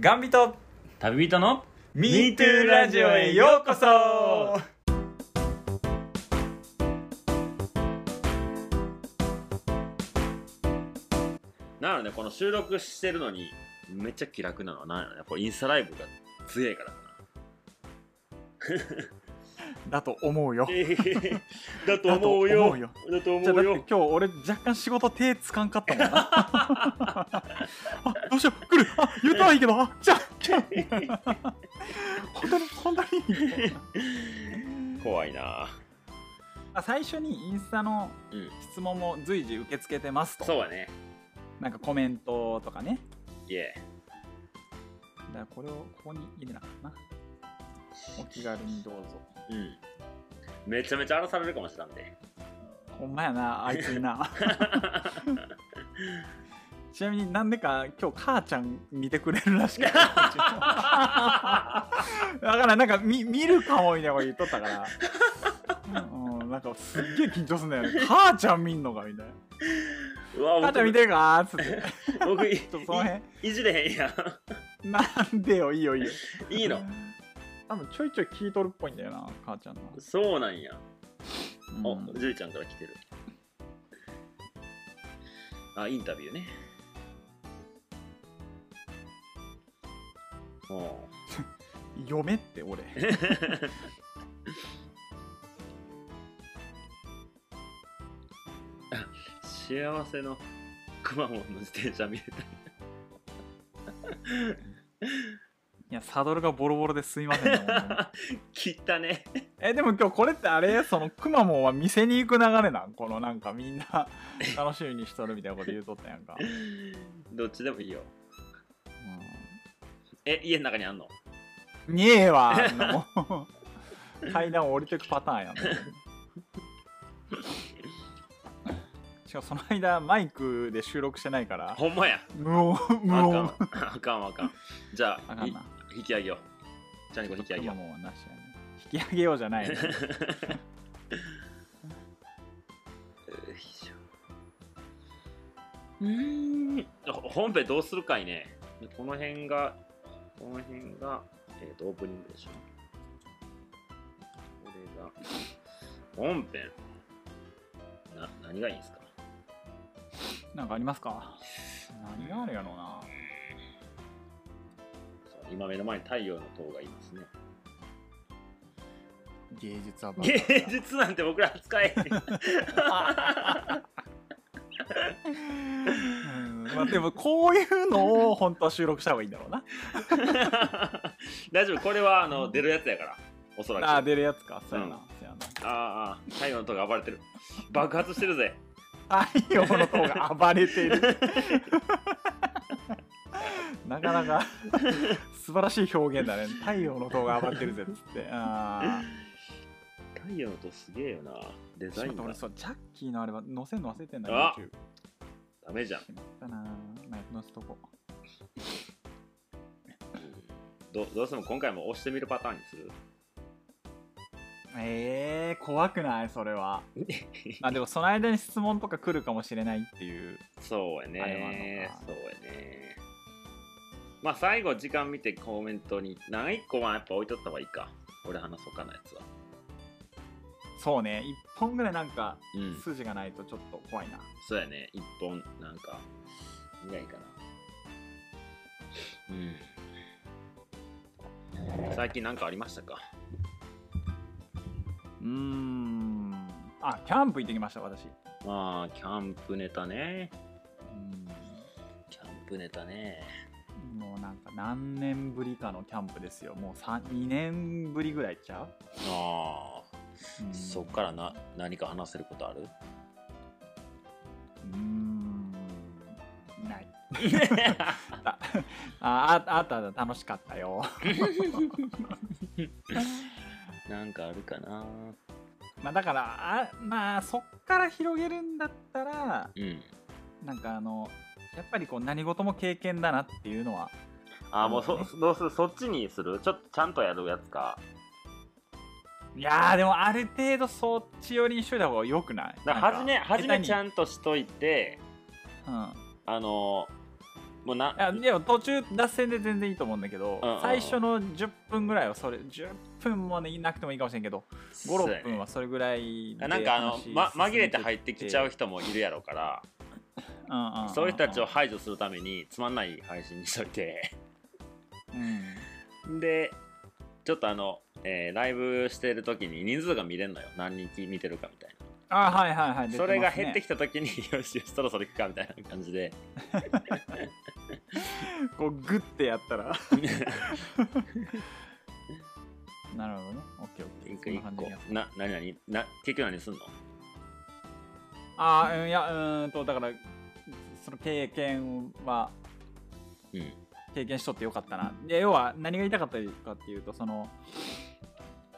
ガンビト旅人の MeToo ラジオへようこそなのでこの収録してるのにめっちゃ気楽なのはなんやろねこれインスタライブが強いから かだと思うよなだと思うよだとじゃあだ思ってうよ今日俺若干仕事手つかんかったもんな あどうしよう来るあ言ったはいいけどあじゃあじゃあ本当に本当に怖いなあ最初にインスタのうん質問も随時受け付けてますと、そうだねなんかコメントとかねいえだからこれをここに入れなかったなお気軽にどうぞうんめちゃめちゃ荒らされるかもしれん ねほんまや なあいつにな ちなみになんでか今日母ちゃん見てくれるらしくて だからなんか見見るかもみたいなこと言っとったから、うんうんなんかすっげえ緊張すんだよね母ちゃん見んのかみたいなうわ母ちゃん見僕てるかっつって僕いちょっとその辺いいじれへんや なんでよいいよいいよんいいの多分ちょいちょい聞いとるっぽいんだよな母ちゃんの、そうなんやうおんジュリちゃんから来てるあインタビューねおう嫁って 俺幸せのくまモンの自転車見れたいやサドルがボロボロですいませんねほんまに切ったね えでも今日これってあれそのくまモンは店に行く流れなんこのなんかみんな 楽しみにしとるみたいなこと言うとったやんか、うんどっちでもいいよえ家の中にあんの見えわあんなも ん階段を降りてくパターンやんしかもその間マイクで収録してないからほんまや無音あ無かん音わあかんわあかんじゃああかんいな引き上げようチャリコ引き上くげよまうモンはなしやね引き上げようじゃないねよいしょうーんほ本編どうするかいねこの辺がこの辺が、えー、とオープニングでしょこれが本編な何がいいんですかなんかありますか何があるやろうなそう今目の前に太陽の塔がいますね芸術はバカだ 芸術なんて僕ら扱えへ んうんまあ、でもこういうのを本当は収録した方がいいんだろうな。大丈夫これはあの出るやつやからおそらくあああ出るやつかそうやな。うんそうやなあー太陽の塔が暴れてる爆発してるぜ太陽の塔が暴れている。 なかなか 素晴らしい表現だね。太陽の塔が暴れてるぜっつって。ああ。太陽の塔すげえよなデちょっザとイ待ってンが俺そうジャッキーのあれは載せんの忘れてんだあ YouTube。ダメじゃんしまったなぁ。まあ載せとこう。どどうしても今回も押してみるパターンにするええー、怖くないそれは。まあでもその間に質問とか来るかもしれないっていう。そうあやれねはあんのかそうやねまあ最後時間見てコメントに何一個はやっぱ置いとった方がいいか俺話そうかなやつはそうね。一本ぐらいなんかうん筋がないとちょっと怖いな。そうやね一本なんかぐらいかなうん最近何かありましたかうーん。あ、キャンプ行ってきました、私。まあキャンプネタねうキャンプネタねん。もうなんか何年ぶりかのキャンプですよ。もうさ2年ぶりぐらいちゃう、ああうんそっからな何か話せることあ るうーん。ない。 ああああったあった楽しかったよ。 なんかあるかなまあだから、あまあそっから広げるんだったら、うんなんかあの、やっぱりこう何事も経験だなっていうのは、あーもうそどうするそっちにするちょっとちゃんとやるやつかいやーでもある程度そっち寄りにしといた方がよくないだから初め初めちゃん、んとしといてうんあのもうな、やでも途中脱線で全然いいと思うんだけど、うんうんうん最初の10分ぐらいはそれ10分もねいなくてもいいかもしれんけどそうや56ね分はそれぐらいでなんかあの、ま、紛れて入っってきちゃう人もいるやろうから、てそういう人たちを、排除するためにつまんない配信にしといてう んうんうんうんでちょっとあの、えーライブしてる時に人数が見れるのよ何人見てるかみたいなあはいはいはい出それがますね減ってきた時に よしよしそろそろ行くかみたいな感 じでこうグッてやったらなるほどねオッケーオッケー一個そんな一感じ個でやってな何何な結局何すんのあーうんいやうーんとだからその経験はうん経験しとってよかったな。で要は何が言いたかったかっていうとその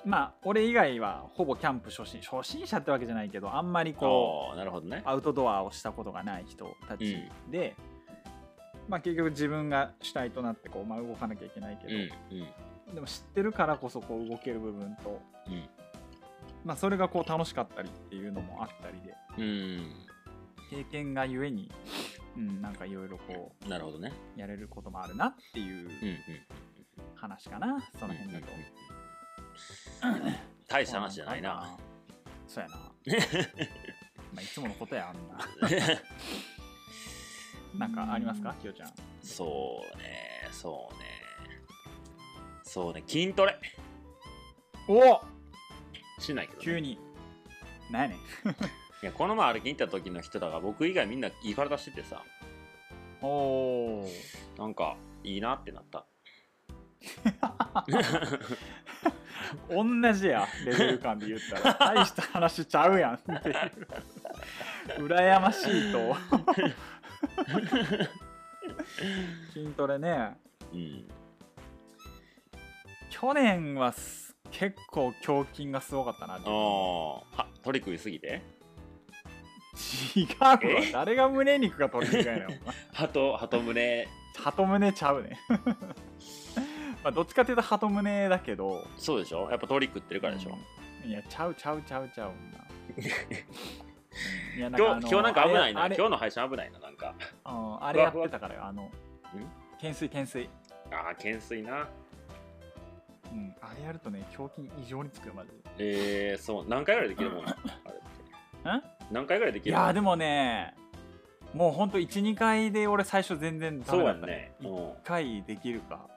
まあ俺以外はほぼキャンプ初心初心者ってわけじゃないけどあんまりこああなるほどねうアウトドアをしたことがない人たちで、まあ結局自分が主体となってこう、まあ、動かなきゃいけないけうど、んうんでも知ってるからこそこう動ける部分と、うんまあ、それがこう楽しかったりっていうのもあったりでうん経験がゆえに、うん、なんかいろいろこなるほどねうやれることもあるなっていううんうん話かな、そその辺だと。大した話じゃないな。そう やな。まあいつものことやあんな。 なんかありますか、きよちゃん。そうねそうねそうね筋トレおしないけどね、急に。なんやねん。いやこの前歩きに行った時の人らが僕以外みんないい体しててさおお。なんかいいなってなった同じや、レベル感で言ったら。 大した話ちゃうやんっていう。羨ましい と。筋トレね。うん去年はす結構胸筋がすごかったな。あ違あは取り食いすぎて うわ。誰が胸肉が取り違いなの。鳩鳩胸鳩胸ちゃうね まあどっちかっていうと鳩胸だけどそうでしょやっぱ鳥食ってるからでしょ、うんいやちゃうちゃうちゃうちゃうな うんいや今日今日なんか危ないなあれ今日の配信危ないななんかあれうんあれやってたからよあの懸垂懸垂ああ懸垂なうんあれやるとね胸筋異常につくよマジでえー、そう何回ぐらいできるも んあれって何回ぐらいできいるやでもねもうほんと12回で俺最初全然ダそうメだやっんたね、う1回できるかん、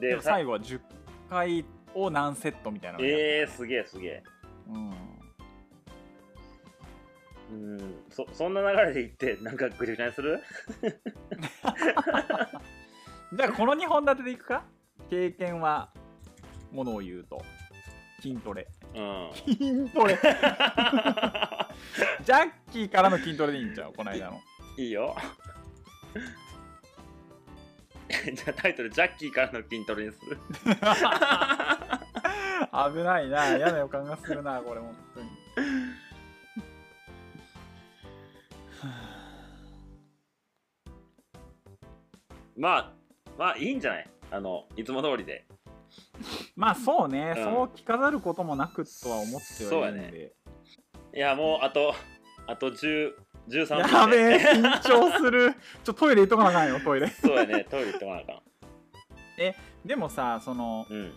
ででもさ最後は10回を何セットみたいなのやるえー、すげえすげえうんうんそそんな流れでいってなんかぐちゃぐちゃにするじゃあこの2本立てでいくか経験はものを言うと筋トレうん 筋トレ ジャッキーからの筋トレでいいんちゃうこの間のいいよ じゃあタイトル「ジャッキーからの筋トレ」にする危ないな嫌な予感がするなこれ本当にまあまあいいんじゃないあのいつも通りでまあそうね、うんそう着飾ることもなくとは思ってはいるんで、いやもうあとあと10 13分でやべえ緊張す るちょトイレ行っとかなあかんよトイレそうやねトイレ行ってもらわなあか でもさそのんうん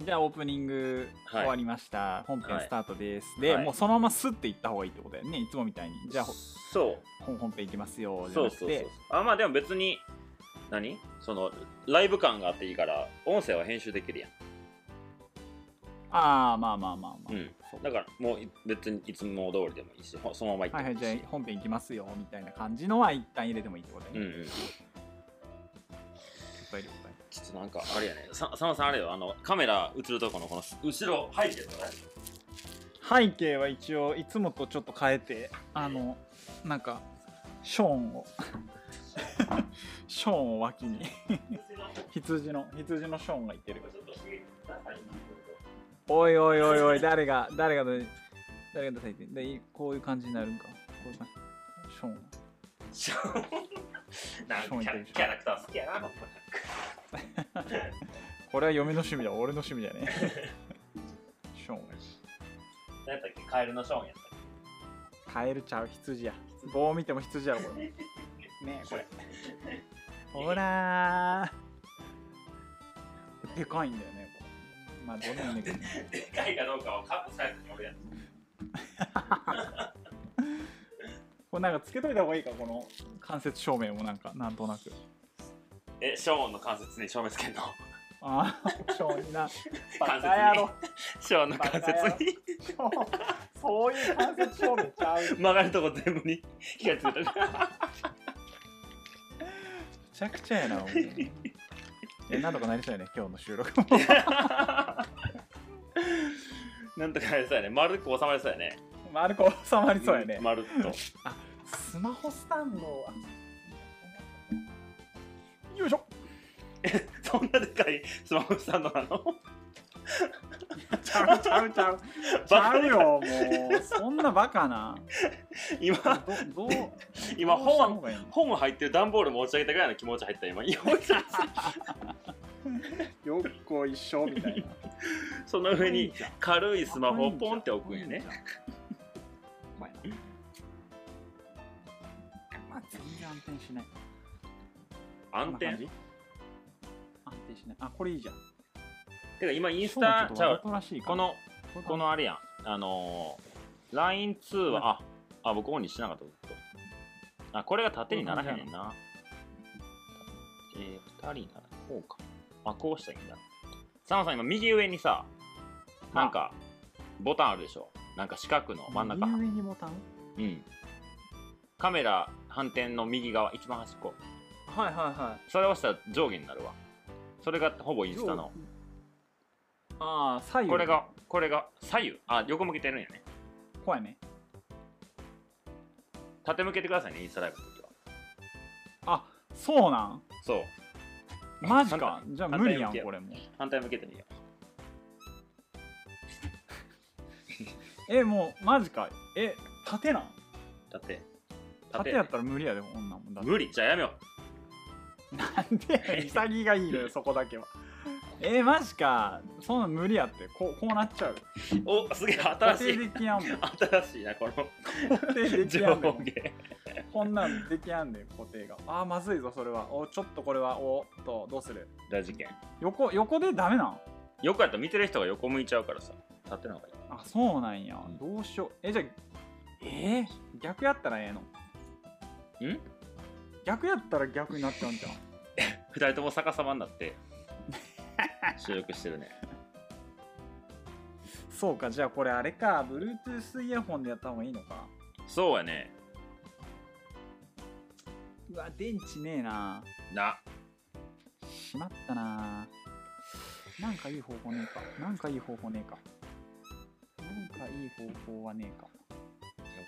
じゃあオープニングはい終わりました、本編スタートです、で、はいもうそのままスッていった方がいいってことだよねいつもみたいにじゃあほそう本本編いきますよじゃそなうくそうそうてあまあでも別に何そのライブ感があっていいから音声は編集できるやんああまあまあまあまあ、うんそうだからもうい別にいつも通りでもいいしほそのまま行はっいてはいもいいし、じゃあ本編いきますよみたいな感じのは一旦入れてもいいってことだうよんね、うんいっぱいいるいっぱいいるちょっとなんかあれやねさ佐野さんあれよあのカメラ映るとこのこの後ろ背景とかね背景は一応いつもとちょっと変えてあのなんかショーンを ショーンを脇に羊の羊のショーンがいてるおいおいおいおい誰が誰が誰が出されてでいこういう感じになるんかこういう感じショーンショーンなんかキャキャラクター好きやなこれは嫁の趣味だ俺の趣味じゃねショーン何やったっけカエルのショーンやった っカエルちゃう羊や棒を見ても羊やろこれねえこれほらーでかいんだよねこうまあどうでもいいんだけど でかいかどうかはカップサイズに俺やこれなんかつけといた方がいいかこの間接照明もなんかなんとなくえ、ショーンの関節に照明つ けんのああ正直な間接にバカ野郎ショーンの関節にそういう間接照明ちゃうめ曲がるとこ全部に火がついた。ちゃくちゃやなもう えなんとかなりそうやね今日の収録もなんとかあれそうやね。丸く収まりそうやね。丸く収まりそうやね、ん丸っと。スマホスタンドをよいしょそんなでかいスマホスタンドな のちゃうちゃうちゃうちゃうよもうそんなバカな今、どどう 今どうした本方がいいの本入ってる段ボール持ち上げたぐらいの気持ち入った 今。よいしょよっこいしょみたいなその上に軽いスマホをポンって置くんやね。お前なまあ全然安定しない暗こんな感転じ安定しないあこれいいじゃんてか今イインスタちゃう。らしいかこのここのあれやん。あのー、LINE 通話、あ、あ、僕オンにしてなかった。ずっとあ、これが縦にならへんねんな。えー、二人ならこうか。あ、こうしたらいいんだ。サ野さん今右上にさ、なんかボタンあるでしょ。なんか四角の真ん中。右上にボタンうん。カメラ反転の右側、一番端っこ。はいはいはいそれを押したら上下になるわ。それがほぼインスタの。ああ左右これが、これが左右。あ、横向けてるんやね。怖いね縦向けてくださいね、インスタライブの時は。あそうなんそう。マジか反じゃあ無理やん反対向きやこれも反対向けてみよえもうマジかえ縦なんう。縦。縦やったら無理やでこんなんもんだって無理。じゃあやめよなんで 潔がいいのよそこだ けはえマジかそんなん無理やってこうこうなっちゃうう。お、すげえ、新固し定い。できや んもん新しいな、この固定でき上やんもん下。こんなんできやんで固定があーまずいぞそれはおちょっとこれはおっとどうする大事件。横横でダメなん横やったら見てる人が横向いちゃうからさ。縦の方がいい。あそうなんやうんどうしようえじゃあえー、逆やったらええのん逆やったら逆になっちゃうんじゃん二人とも逆さまになって、収録してるね。そうかじゃあこれあれか Bluetooth イヤホンでやった方がいいのかそうやね。うわ電池ねえなな。しまったななんかいい方法ねえかなんかいい方法ねえかなんかいい方法はねえか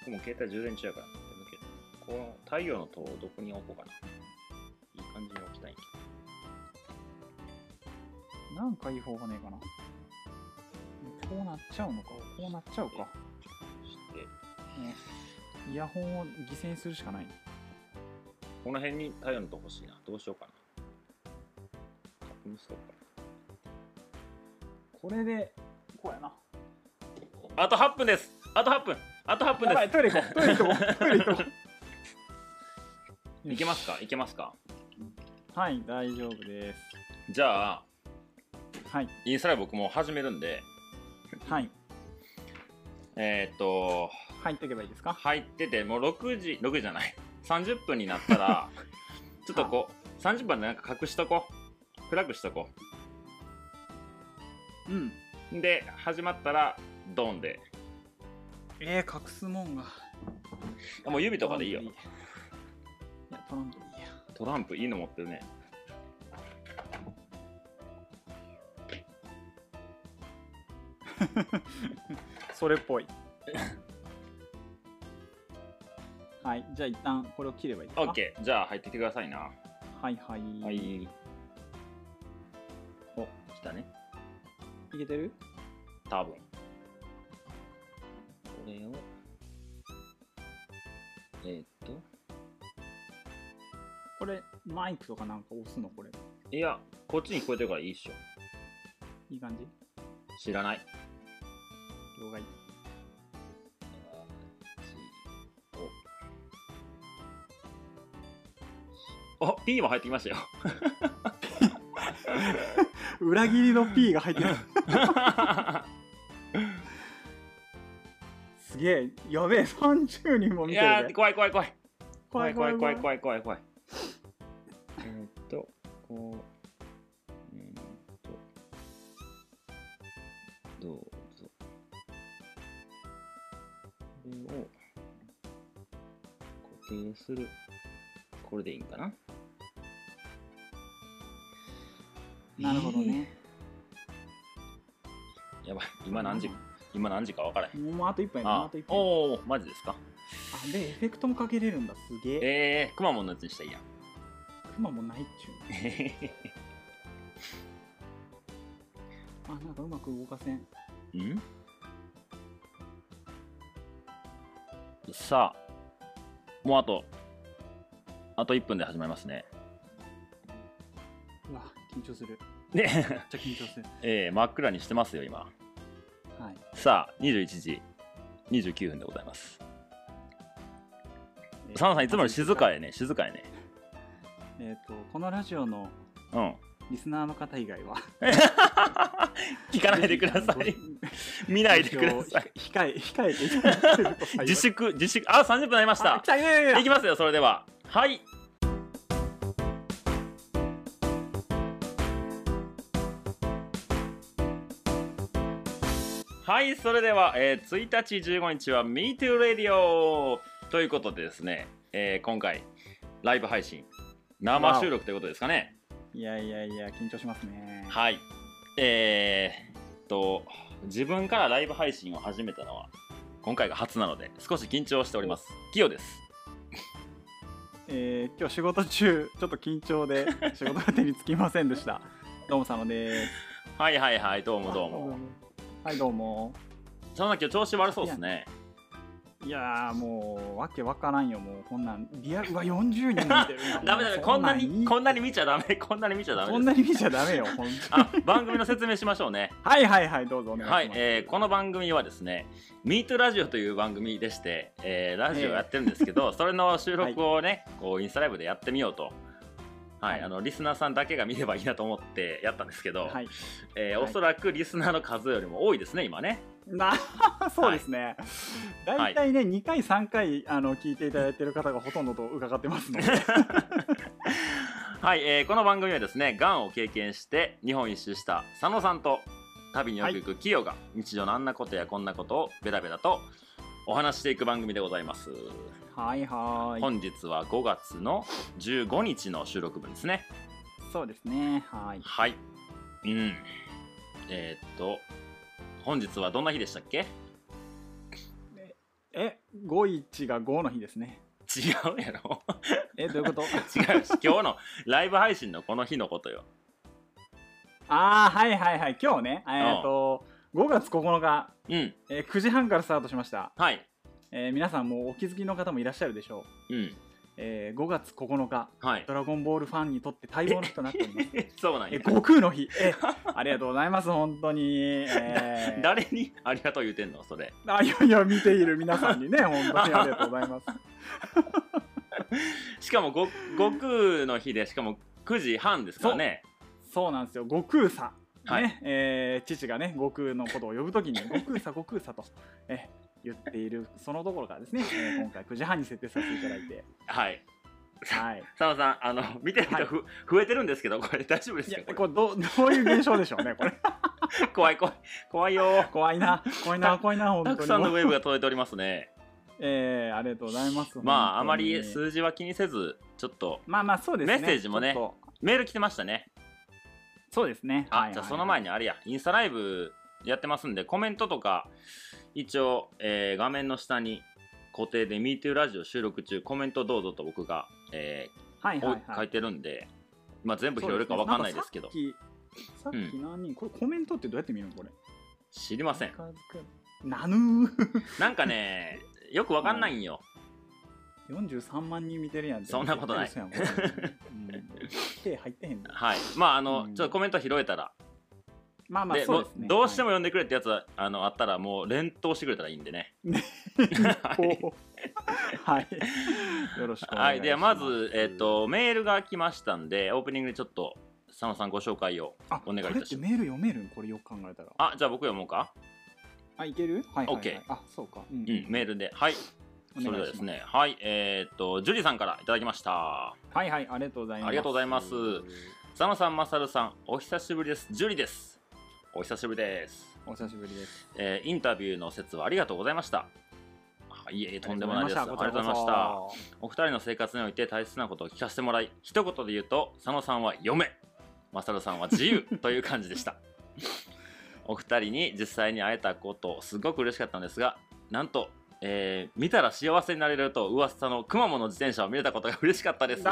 僕も携帯充電中やから縦向けて。この太陽の塔をどこに置こうかな。いい感じに置きたいんやけなんかいい方法ねえかなこうなっちゃうのかこうなっちゃうかどして、ねイヤホンを犠牲にするしかないこの辺に太陽の塔欲しいな。どうしようかな。確認しとこうかな。これでこうやなあと8分です。あと8分。あと8分やばでいトイレ行こうトイレ行こうトイレ行こ うす。いけますかいけますかはい大丈夫ですじゃあ、はいインスタライブ僕もう始めるんで、はいえーっと、入っていけばいいですか入ってて、もう6時、6時じゃない。30分になっ たら、ちょっとこう、30分でなんか隠しとこう。暗くしとこうんう。で、始まったら、ドンで。えー、隠すもんがあもう指とかでいいよトラ。ンプいやトランプでいいやトランプいいの持ってるね。それっぽい はいじゃあ一旦これを切ればいいですか OK。じゃあ入ってきてくださいな。はいはい、、はいい。お、来たね。けてる多分これをえーっとこれマイクとかなんか押すのこれいやこっちに聞こえてるからいいっしょいい感じ知らない了解おお P も入ってきましたよ裏切りの P が入 ってる すげえやべえ30人もい見てやるーで怖い怖い怖い怖い怖い怖いい怖い怖い怖いえーっとこうえーっとどうぞこれを固定するこれでいいんかななるほどね、やばい今何時今何時か分からへんもうあと一杯もうああと一杯おおマジですかあでエフェクトもかけれるんだすげえええー、くまモンのやつにしたらいいやんクマもないっちゅうねあなんかうまく動かせんんさあもうあとあと1分で始まりますねうわ緊張するめで、っちゃ緊張する えー真っ暗にしてますよ今 はいさあ21時29分でございますえーサナさんいつもより静かやね静かやねえっ、とこのラジオのうんリスナーの方以外は聞かないでください見見ないでください控え控えていただけると幸い自粛自粛あ30分になりましあた来たいやいやいや いきますよそれでははいはいそれでは、えー1日15日は MeTooRadio ということでですね、えー今回ライブ配信生収録ということですかねいやいやいや緊張しますねはいえー、っと自分からライブ配信を始めたのは今回が初なので少し緊張しておりますキヨですえー今日仕事中ちょっと緊張 で仕事が手につきませんでしたどうもさのですはいはいはいどうもどうもはいどうもそのな今日調子悪そうですね。いやーもうわけわからんよもうこんなんリアルうわ40人見てるダメダメこんなにこんなに見見ちゃダメ こんなに見ちゃダこんメでなす。に見ちゃダメよほんとあ番組の説明しましょうね。はいはいはいどう ぞお願いしますはい、えーこの番組はですね「MeetRadio ラジオという番組でして、えーラジオやってるんですけど、それの収録をね、こうインスタライブでやってみようと。は、はいいあのリスナーさんだけが見ればいいなと思ってやったんですけど、はいえーはいおそらくリスナーの数よりも多いですね今ねなそうですね、だいたいね、2回3回あの聞いていただいてる方がほとんどと伺ってますので はい、えーこの番組はですねがんを経験して日本一周した佐野さんと旅によく行くキヨが日常のあんなことやこんなことをベラベラとお話ししていく番組でございます、はいはーい本日は5月の15日の収録分ですねそうですねはいはいうんえーっと本日はどんな日でしたっけえ51が5の日ですね違うやろえどういうこと違うし今日のライブ配信のこの日のことよああはいはいはい今日ねえっと5月9日、うんえー9時半からスタートしました、はいえー皆さんもうお気づきの方もいらっしゃるでしょう、うんえー5月9日はいドラゴンボールファンにとって待望の日となっておりますそうな んえやー悟空の日 えーありがとうございます本当に、えー誰にありがとう言うてんのそれあいやいや見ている皆さんにね本当にありがとうござい ますしかもご悟空の日でしかも9時半ですからねそうなんですよ悟空さん、はいねえー父がね悟空のことを呼ぶときに悟空さ悟空さと、え言っているそのところからですね、えー今回9時半に設定させていただいてはいはい佐野さんあの見てる人ふ、増えてるんですけどこれ大丈夫でいすやかここれれどうどういう現象でしょうねこれ怖い怖い怖いよ怖いな怖いな怖いな本当 たにくさんのウェーブが届いておりますねえーありがとうございますまああ本当まにり数字は気にせずちょっとまあまあそうですねメッセージもねちょっとメール来てましたねそうですねあ、じゃあその前ににあれやインスタライブやってますんでコメントとか一応、えー画面の下に固定で「MeToo ラジオ」収録中コメントどうぞと僕が、えはいーはいはい書いてるんで、まあ、全部拾えるか分かんないですけどそうねなんかさっきさっき何人、これコメントってどうやって見るのこれ知りません近づくナヌー なんかねよく分かんないんよ、 43万人見てるやんそんなことない絶対嘘やんこれうん手入ってへんのはいまああの、うんちょっとコメント拾えたら、まあまあでそうですねどどうしてもも呼んでくれってやつはあのあったらもう連投してくれたらいいんでねはい こうはい。よろしくおは願いします。い、ではまず、えっ、と、メールが来ましたんで、オープニングでちょっと、佐野さんご紹介を。あ、お願いいたしますこれってメール読めるんこれよく考えたら。あ、じゃあ僕読もうか。あ、いけるはいはい、はい。 OK あ、そうか。うんうん、メールで。はい。それではです。ね、はい、えっ、と、ジュリさんからいただきました。お願いしますはいはい、ありがとうございます。ありがとうございます佐野さん、まさるさん、お久しぶりです。ジュリです。お久しぶりです。お久しぶりです。えーインタビューの説はありがとうございました。あいえ、とんでもないです。ありがとうございまこした。ちらこそお二人の生活において大切なことを聞かせてもらい一言で言うと佐野さんは嫁マサルさんは自 由という感じでしたお二人に実際に会えたことすごく嬉しかったんですがなんと、えー見たら幸せになれると噂のくまモンの自転車を見れたことが嬉しかった です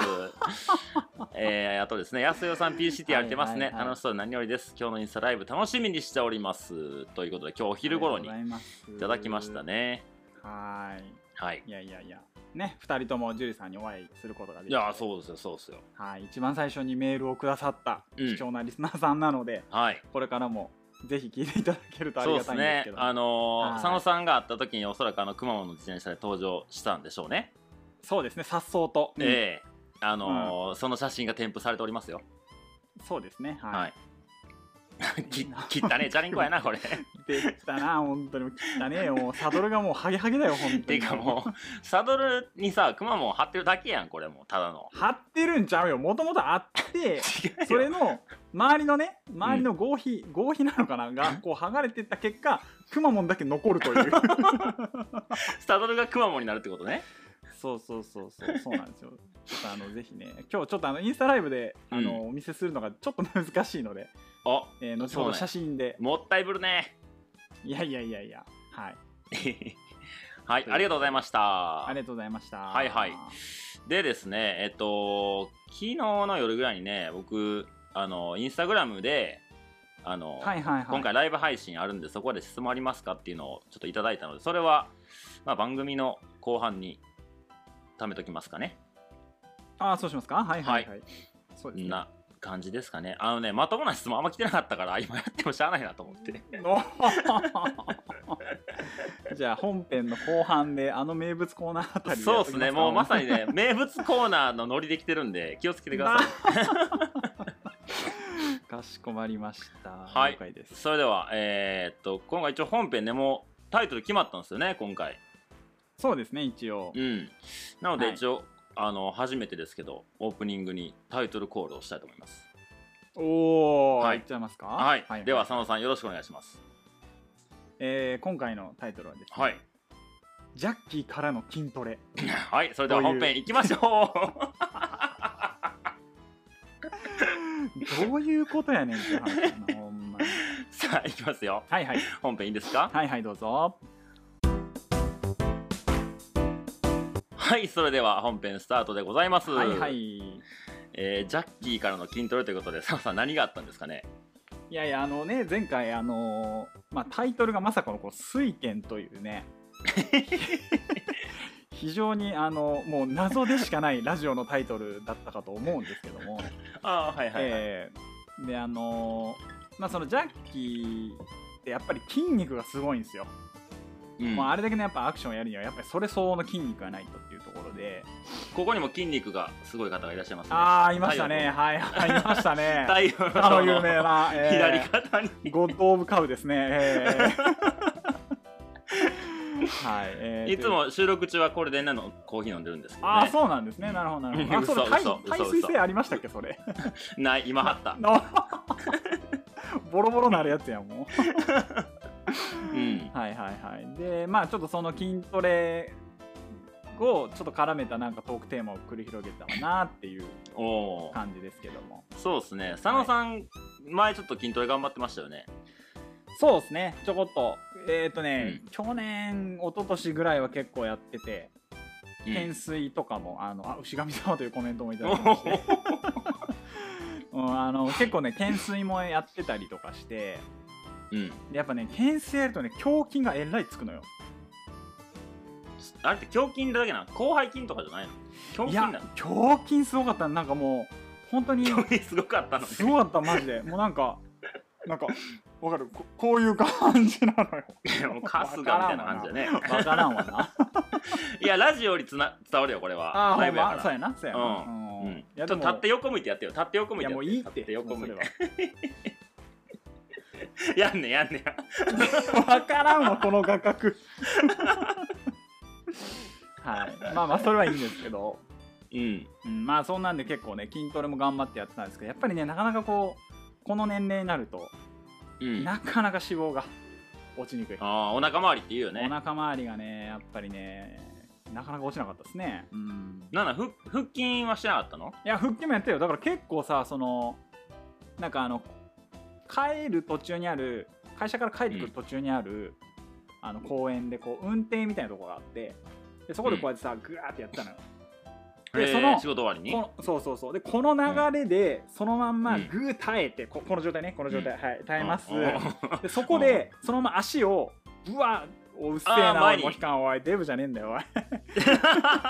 えーあとですね安代さん PCT やれてますはいね、はいはい楽しそうで何よりです今日のインスタライブ楽しみにしておりますということで今日お昼頃にあいりがとうござますただきました。ねはーはいい。いやいやいや。ね、二人ともジュリさんにお会いすることができいてやーそうですよそうですよはい、一番最初にメールをくださったうん貴重なリスナーさんなので、はいこれからもぜひ聞いていただけるとあそりがうでたいすんですねけど。あのーはい佐野さんが会った時におそらくあの熊本の自転車で登場したんでしょうね、そうですね、さっそうと、うんええあのーその写真が添付されておりますよそうですね、はい。はい、 き切ったねチャリンコや なこれできたな、本当に切ったねよ、もうサドルがもうハゲハゲだよ、本当に。ていうかもうサドルにさ熊本貼ってるだけやんこれもうただのう。張ってるんちゃうよ、もともとあって、違 それの周りのね、周りの合皮、合皮なのかな、がこう剥がれてった結果、くまモンだけ残るという。サドルが熊本になるってことねそうそうそうそうそうなんですよ。ちょっとあのぜひね、今日ちょっとあのインスタライブであの、お見せするのがちょっと難しいので、あえー、後そうほなんどや写真で、もったいぶるね いやいやいやいや、はい、はいありがとうございましたありがとうございました。はいはいでですね、えっと、昨日の夜ぐらいにね、僕、あの、インスタグラムで、あの、はいはいはい。今回ライブ配信あるんで、そこで質問ありますかっていうのをちょっといただいたので、それは、まあ、番組の後半に貯めときますかね。ああそうしますか。はいはいはい。そうですね。な感じですかね。あのね、まともな質問あんま来てなかったから、 今やってもしゃあないなと思って。お じゃあ本編の後半であの名物コーナーあたりやっそうときですかね、もうまさにね、名物コーナーのノリで来てるんで、気をつけてください。かしこまりました。はい了解です。それでは、えーっと、今回一応本編でもうタイトル決まったんですよね、今回。そうですね一応。うん、なのではい一応、あの初めてですけどオープニングにタイトルコールをしたいと思いますおお、はいい、っちゃいますか。はい、では佐野さんよろしくお願いしますえー今回のタイトルはですね、はいジャッキーからの筋トレはいそれでは本編いきま しょうどういうことやねんって話やなほんまにさあいきますよはいはい本編いいですかはいはいどうぞはいそれでは本編スタートでございますはいはいいえージャッキーからの筋トレということで佐野さん何があったんですかねやいやあのね前回あのーまあタイトルがまさかのこう「水拳」というね 非常にあのもう謎でしかないラジオのタイトルだったかと思うんですけども、ああはいえーであのーまあそのジャッキーってやっぱり筋肉がすごいんですようんまあ、あれだけのやっぱアクションをやるにはやっぱりそれ相応の筋肉がないとっていうところでここにも筋肉がすごい方がいらっしゃいますねああいましたねはいはいいましたね 太陽のあの有名な、えー左肩にゴッド・オブ・カウですね、え ーはいえーいつも収録中はこれでなのコーヒー飲んでるんですけど、ね、ああそうなんですねなるほどなるほどあそ 嘘れ耐嘘嘘耐水性ありましたっけ それ ない今貼ったのボロボロなるやつやんもううんはいはいはいでまあちょっとその筋トレをちょっと絡めたなんかトークテーマを繰り広げたらなっていうおお感じですけどもそうですね佐野さん、前ちょっと筋トレ頑張ってましたよねそうですねちょこっとえっ、とね、う去年一昨年ぐらいは結構やっててうん懸垂とかも、あのあ牛神様というコメントもいたおだきましーて、うん、あの結構ね懸垂もやってたりとかしてうんでやっぱね懸垂やるとね胸筋がえらいつくのよあれって胸筋だけなの広背筋とかじゃないの胸い筋やなの胸筋すごかったなんかもう本当に胸筋すごかったのすごかったマジでもうなんかなんかわかるここういう感じなのよねもう春日みたいな感じだねわからんわな。いやラジオよりつな伝わるよこれはああラほイんブやかまらそうやなそうやなうんううんんちいょやっとで立もって横向いてやってよ立って横向いいやてやもうっていいっ立ってて横向いててやんねんやんねん分から んわこの画角 はいまあまあそれはいいんですけど うんうん、まあそんなんで結構ね筋トレも頑張ってやってたんですけどやっぱりねなかなかこうこの年齢になると、うんあなかなか脂肪が落ちにくい、あーお腹周りって言うよおね腹周りがねやっぱりねなかなか落ちなかったですね、うん、なんだふ腹筋はしなかったのいや腹筋もやってよだから結構さそのなんかあの帰る途中にある会社から帰ってくる途中にある、あの公園でこう運転みたいなとこがあってでそこでこうやってさ、グワーってやってたのよでえーその仕事終わりにこのそうそうそうでこの流れでそのまんまうグんー耐えてここの状態ねこの状態、はい耐えますうんでそこでそのまま足をぶわおうっせえあーなお前いにモヒカンおいデブじゃねえんだよおい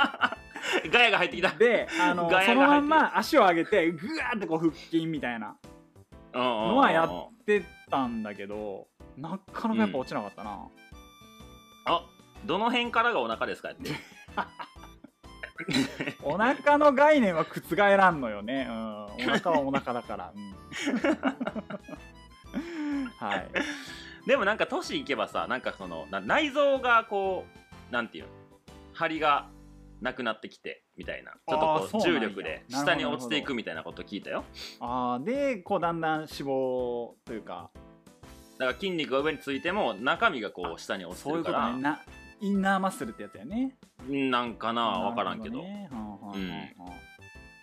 ガヤが入ってきたであのガヤそが入ってるのまんま足を上げてグワーってこう腹筋みたいなののはやってたんだけどなかなかやっぱ落ちなかったな、あどの辺からがお腹ですかって お腹の概念は覆らんのよね、うん、お腹はお腹だから、 うん、はいでもなんか都市行けばさなんかそのな内臓がこうなんていうの張りがなくなってきてみたいなちょあーっとそこううなんや重力でなるほど下に落ちていくみたいなこと聞いたよあーでこうだんだん脂肪というかだから筋肉が上についても中身がこう下に落ちてそういるうこかとらねなインナーマッスルってやつやねうんなんかななるほ分からんけどねはんはんはんはんうん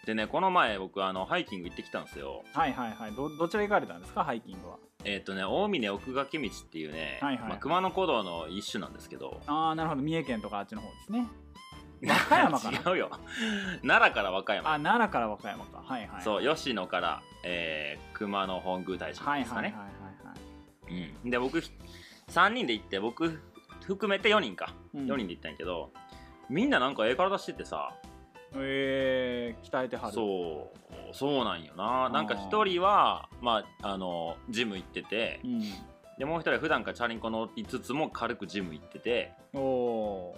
でねこの前僕あのハイキング行ってきたんですよはいはいはいどどちら行かれたんですかハイキングはえっ、とね大峰奥掛道っていうね、はいはいまあ、熊野古道の一種なんですけどああなるほど三重県とかあっちの方ですね和歌山かな 違うよ奈良から和歌山あ奈良から和歌山かはいはいそう吉野から、えー熊野本宮大社はいではいすはかいはいはね、いうん、で僕3人で行って僕含めて4人かうん4人で行ったんやけど、みんななんかええ体しててさえー、鍛えてはるそうそうなんよなーなんか1人はまああのジム行っててうん、でもう1人は普段からチャリンコ乗りつつも軽くジム行ってておお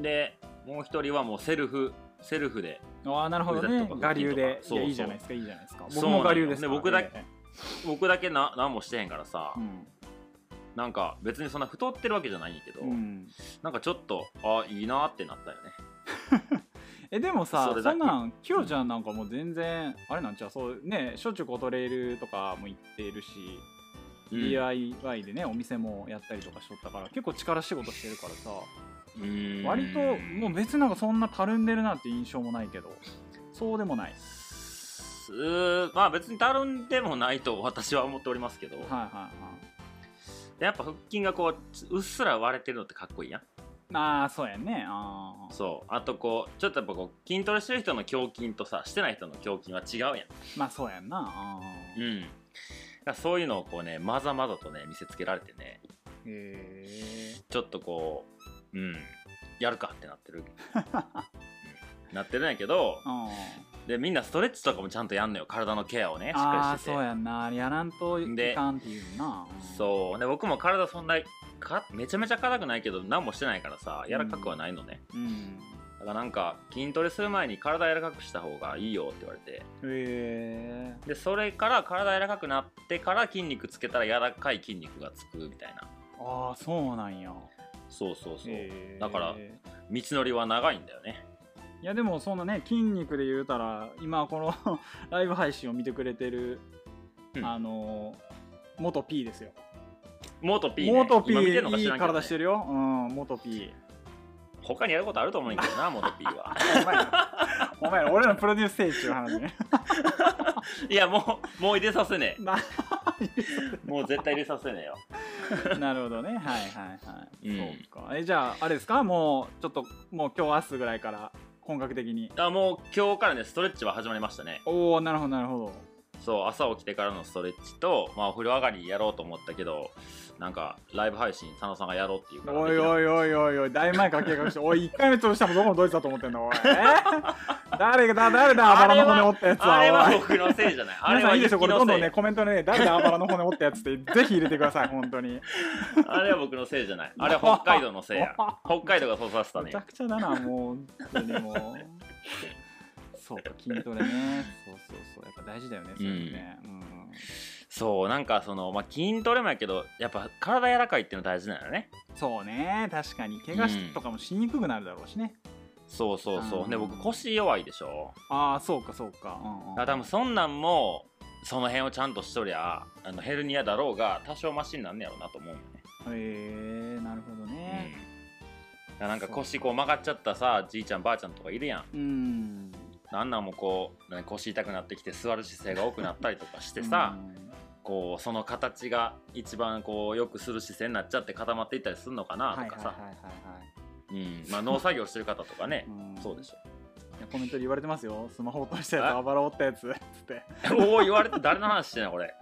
でもう1人はもうセルフセルフでーああなるほど腕ねとか我流でそうそういやいいじゃないですかいいじゃないですかそう僕なんよも我流ですからね僕だけえ僕だけな何もしてへんからさ、えうんなんか別にそんな太ってるわけじゃないんやけど、うんなんかちょっとあいいなってなったよねえでもさそそれだけんなんキヨちゃんなんかもう全然あれなんちゃうそうねしょっちゅうコトレールとかも行ってるし、うん DIY でねお店もやったりとかしとったから結構力仕事してるからさうん割ともう別になんかそんなたるんでるなって印象もないけどそうでもないすまあ別にたるんでもないと私は思っておりますけど、はいはいはいやっぱ腹筋がこううっすら割れてるのってかっこいいやんああそうやねああそうあとこうちょっとやっぱこう筋トレしてる人の胸筋とさしてない人の胸筋は違うやまあそうやんなあんーうんだからそういうのをこうねまざまざとね見せつけられてねへえちょっとこううんやるかってな ってる、うんなってるんやけどあでみんなストレッチとかもちゃんとやんのよ体のケアをねしっあかーりしててそうやんなやらんといでかんっていうなうんそうで僕も体そんなかめちゃめちゃ硬くないけど何もしてないからさ柔らかくはないのね、うんだからなんか筋トレする前に体柔らかくした方がいいよって言われてへえでそれから体柔らかくなってから筋肉つけたら柔らかい筋肉がつくみたいなああそうなんやそうそうそう、へーだから道のりは長いんだよねいやでもそのね筋肉で言うたら今この ライブ配信を見てくれてる、うんあのー元 P ですよ、元 P ね元 P 今見てんのかい知いらんけど、体ねして、るようん元 P 他にやることあると思うんや けどな元 P はお前 らお前ら俺らのプロデュース聖地の話ね いやもうもう入れさせねなえもう絶対入れさせねえよ なるほどねはいはいはい、うんそうかえじゃああれですかもうちょっともう今日明日ぐらいから本格的にあもう今日からねストレッチは始まりましたねおおなるほどなるほどそう朝起きてからのストレッチと、まあ、お風呂上がりやろうと思ったけどなんかライブ配信佐野さんがやろうっていうからおいおいおいおいおい大前から計画しておい1回目潰したもどこのドイツだと思ってんだおい、えー誰がだ誰だあばらの骨折ったやつはあれはおい僕のせい じゃないあ皆れさはんいいですよこれどんどん雪ねのコメントでね誰だあばらの骨折ったやつってぜひ入れてください本当にせいあれは僕のせいじゃないあれは北海道のせ いや北海道がそうさせためねちゃくちゃだなもう本当にもうそうか筋トレねそうそうそうやっぱ大事だよねそれね、うんそうなんかその、まあ、筋トレもやけどやっぱ体柔らかいっていうの大事なのよねそうね確かに怪我しとかもしにくくなるだろうしね、そうそうそう、うんで僕腰弱いでしょああそうかそうか、うんうんだから多分そんなんもその辺をちゃんとしとりゃあのヘルニアだろうが多少マシになんねやろうなと思うんよねへえなるほどねうん、なんか腰こう曲がっちゃったさじいちゃんばあちゃんとかいるやんうんあんなんもこう何腰痛くなってきて座る姿勢が多くなったりとかしてさ、こうその形が一番こうよくする姿勢になっちゃって固まっていったりするのかうんなはいとはいかはいさ、はいうんまあ、農作業してる方とか ねはい、んそうでしょいやコメントで言われてますよスマホ落としたやつあばら折ったやつつっておお言われて誰の話してんのこれ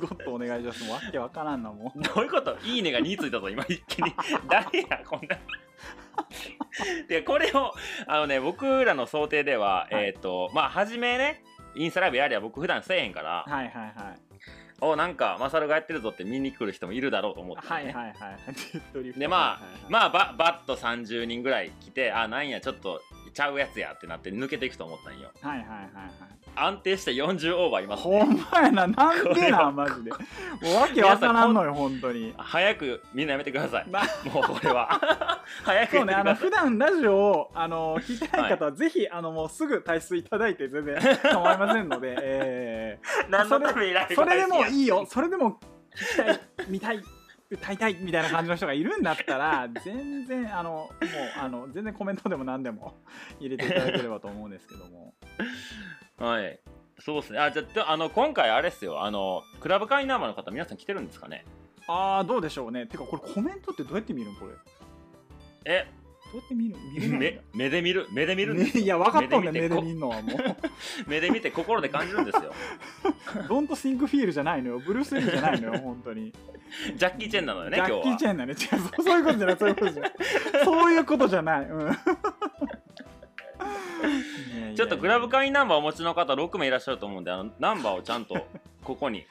ゴッとお願いしますもうわけわからんな もうどういうこといいねが2ついたぞ今一気に 誰やこんな でこれをあのね僕らの想定では、はいえっ、とまあ初めねインスタライブやりゃ僕普段せえへんから、はいはいはいおなんかマサルがやってるぞって見に来る人もいるだろうと思って、はいはいはい手っ取り二手でまあ、はいはいまあばバッと30人ぐらい来てあなんやちょっとちゃうやつやってなって抜けていくと思ったんよはいはいはいはい安定して40オーバーいますほんまやななんでなマジでもうわけわからんのよ本当に早くみんなやめてくださいなもうこれは 早くそやうっね、てあのください普段ラジオをあの聞いてない方は、ぜひあのもうすぐ退出いただいて全 然構いませんので、え何のためにライーブそれでも配信やいい よ、それでも聞きたい、見たい、歌いたいみたいな感じの人がいるんだったら、全然あのもうあの全然コメントでも何でも入れていただければと思うんですけども、はい。そうですね。あ、じゃあで、あの、今回あれですよ。あの、クラブ会員ナンバーの方、皆さん来てるんですかねあーどうでしょうね。てかこれコメントってどうやって見るんこれ？どえ、うやって見る？見れないんだ目、目で見る、目で見るんですねよいや分かったんだよ目でこ見るのはもう 目で見て、心で感じるんですよ。ドントシンクフィールじゃないのよブルース・リーじゃないのよ本当にジャッキー・チェンなのよね、今日ジャッキー・はチ。ェンだね。違う、そう そういうことじゃない、そういうことじゃ ない。そういうことじゃない。うん。い やいやいやちょっとクラブ会員ナンバーお持ちの方、6名いらっしゃると思うんで、あの、ナンバーをちゃんと、ここに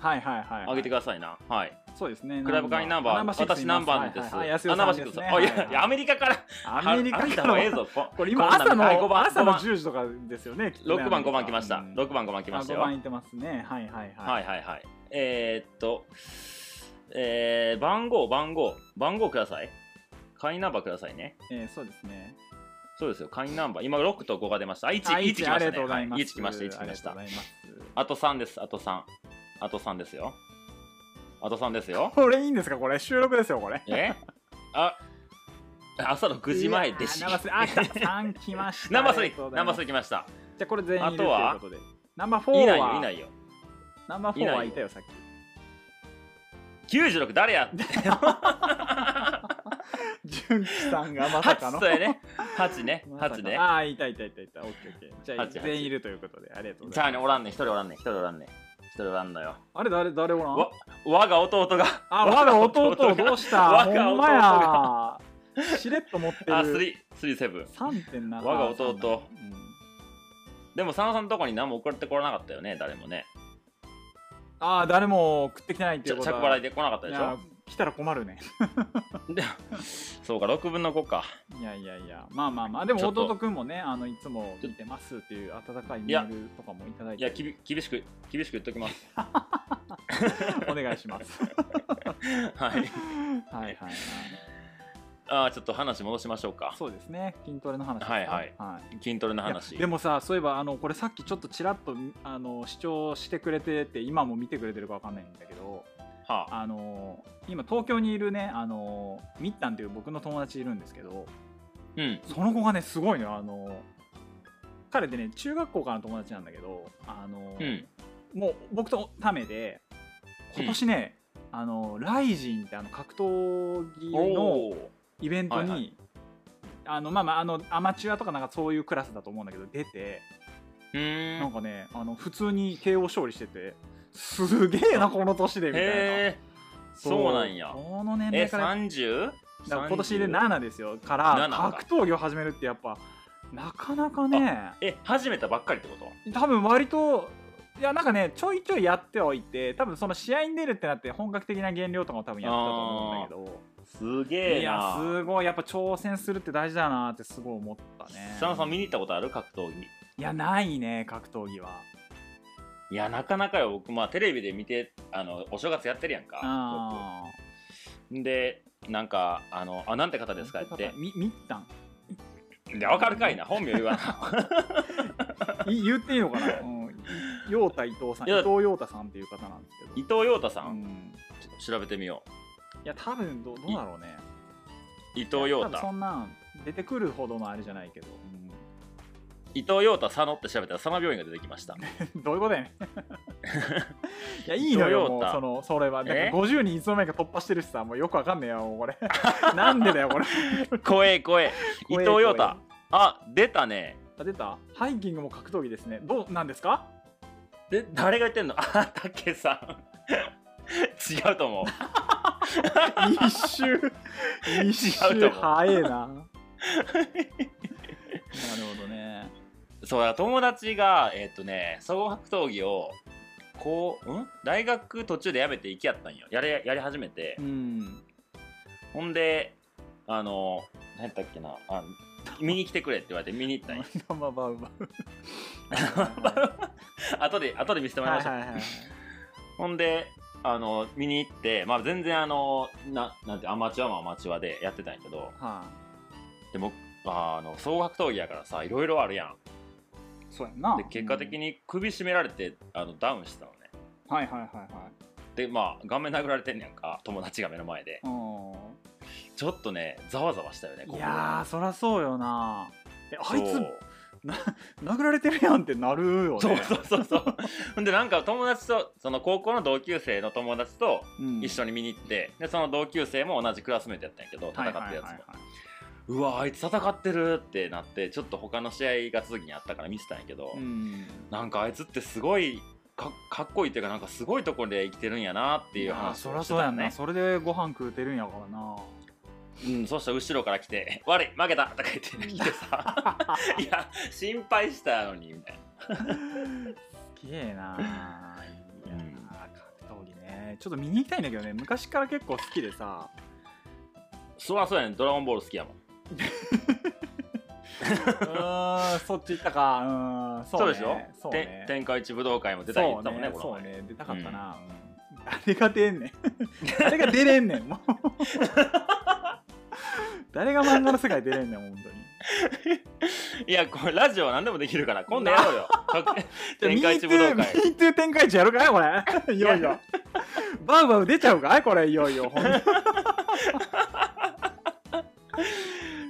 はいはいはい、上げてくださいな。はい。そうですね。クラブ会員ナンバー、私ナンバーです。はいはい、あナンバーシックス。あ、いや、いやアメリカから、アメリカあんたかのら映 像、ここれ今朝の、こんなはい五番朝五の番10時とかですよね。きっとね6番、5番来ました。うん6番、5番来ましたあよ。 5番いってますね。はいはいは。はいいはいはい。えー、っと、えー、番号、番号、番号ください。会員ナンバーくださいね。えーそうですね。そうですよ、会員ナンバー。今、6と5が出ました。あ、1、あ1来まありがとしたね。うござはいい、ます。 1来ました、1来ましあり。がとたうございますあと3です、あと3。あと3ですよ。あと3ですよ。これいいんですかこれ収録ですよ、これ。えあ、朝の9時前でし。いやーナンバースリーあ、来た。3来ました。ナンバースあリりがとうごー、ざナいンまバすースリー来ました。じゃあこれ全員いるあといとうはことで。ナンバー4はいないよ、いないよ。ナンバーい4ないよはいたよ、さっき。 96誰や純喜さんがまさか ?8 の。そうやね。8ね、まさか8ね。ああ、いたいたいたいた。オッケーオッケー。じゃあ八八全員いるということで、ありがとうごじゃざあいね、ます。おらんね、1人おらんね、1人おらんね。1人おらんのよ。あれ、誰、誰おらんわ我が弟があ、我が弟、どうした我ほがん弟まがや。しれっと持ってる。あスリースリーセブン3.7。我がう弟ん。でも佐野さんのとこに何も送ってこなかったよね誰もねああ、誰も食ってきてないっていちゃうこ着とは払いで来なかったいでしやょ、来たら困るね。で そうか6分の5かいやいやいや、まあまあまあ、でちもょっと弟くんもね、あのいつも見てますっていう温かいメいやールとかもいただいいやて、きび厳しく厳しく言っときます お願いします。 はいはいはいはい。あーちょっと話戻しましょうかそうですね。筋トレの話ですか。はいはい筋トレの話いやでもさ、そういえばあのこれさっきちょっとちらっとあの視聴してくれてて、今も見てくれてるかわかんないんだけど、はああの今東京にいるね、あのミッタンっていう僕の友達いるんですけど、うんその子がねすごいのよあの彼でね中学校からの友達なんだけど、あのうんもう僕とためで今年ね、あのライジンってあの格闘技のおーイベントに、はいはあのまあまああのアマチュアとかなんかそういうクラスだと思うんだけど出てうーんなんかねあの普通に KO 勝利しててすげえなこの年でみたいな、へえそうなんやこの年え齢から三 30? だから今年で7ですよから7か格闘技を始めるってやっぱなかなかねえ始めたばっかりってこと多分割といやなんかねちょいちょいやってはいて多分その試合に出るってなって本格的な減量とかも多分やってたと思うんだすけどげえいやなすごいやっぱ挑戦するって大事だなってすごい思ったね佐野さん見に行ったことある格闘技いやないね格闘技はいやなかなかよ僕まあテレビで見てあのお正月やってるやんかあ僕でなんかあのあなんて方あですかってみみったんでわかるかいな本名言わ ない言っていいのか な、うん、陽太伊藤さん伊いや藤陽太さんっていう方なんですけど伊藤陽太さうんんちょっと調べてみよいや多分どどうだろうねう伊藤陽多分太そんなん出てくるほどのあれじゃないけど、伊藤陽太佐野って調べたら佐野病院が出てきま したどういうことやねんい やいいのよもうトヨタそのそれはだからえ50人いつの間にか突破してるしさもうよくわかんねえよもうこ れなんでだよこれ怖え怖え伊藤陽太あ出たねあ出たハイキングも格闘技ですねどうなんですかで誰が言ってんの あ武さん違うと思う一周一違う周と思う早え ななるほどねそうだ友達がえーっとね総合格闘技をこう、ん、大学途中でやめて行きやったんよやれやり始めて、うんほんであの何やったっけなあ見に来てくれって言われて見に行っ たんよ生バウバウ後で後で見せてもらいました、はいはいはいほんであの見に行って、まあ、全然あのななんてアマチュアもアマチュアでやってたんやけどはあでもあの総合格闘技やからさいろいろあるやんそうやんなで結果的に、に首絞められてあのダウンしてたのねうんはいはいはいはいでまあ顔面殴られてんねやんか友達が目の前でうんちょっとねざわざわしたよねいやーそりゃそうよなえあ心いがつ殴られてるやんってなるよねそうそうそうそうそうほんでなんか友達とその高校の同級生の友達とうん一緒に見に行って、でその同級生も同じクラスメートやったんやけど戦ってるやつも、はいはいはいうわあいつ戦ってるってなってちょっと他の試合が続きにあったから見てたんやけど、はいうんなんかあいつってすごいかかっこいいっていうかなんかすごいところで生きてるんやなっていうやー話そをりゃしてそうやたんのなねそれでご飯食うてるんやからなうん、そしたら後ろから来て「 悪い負けた!」とか言って来てさ 「いや心配したのに」みたいなすげえなういん やー格闘技ねちょっと見に行きたいんだけどね昔から結構好きで さそうそうやねんドラゴンボール好きやもんうーんそっち行ったかうーんそう,、ね、でしょ、そうてね天下一武道会も出たりそ言うったもんねねこそうの前ね出たかったな、うん誰が出んねん 誰が出れんねんもう 誰が漫画の世界出れんねん本当にいやこれラジオ何でもできるから今度やろ うよ天下一武道会 MeToo 展開地やるかいこ れいよいよバウバウ出ちゃうかいこれいよいよほんと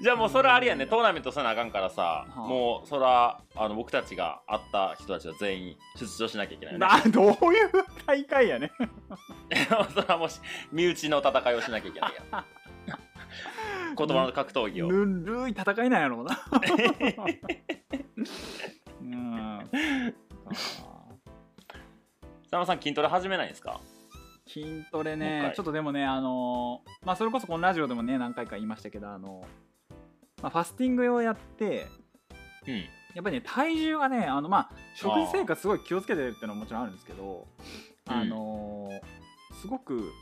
じゃあもうそれありやねトーナメントせなあかんからさ、はあもうそらあの僕たちが会った人たちは全員出場しなきゃいけないよねな どういう大会やね そらもうし身内の戦いをしなきゃいけないや ん言葉の格闘技をぬるい戦いなんやろう なうんあー佐野さん筋トレ始めないんですか筋トレもう一ね回ちょっとでもねあのーまあそれこそこのラジオでもね何回か言いましたけどあのまあ、ファスティングをやってうんやっぱりね体重がねあのまあ食事生活すごい気をつけてるっていうのももちろんあるんですけどうんあのーすごく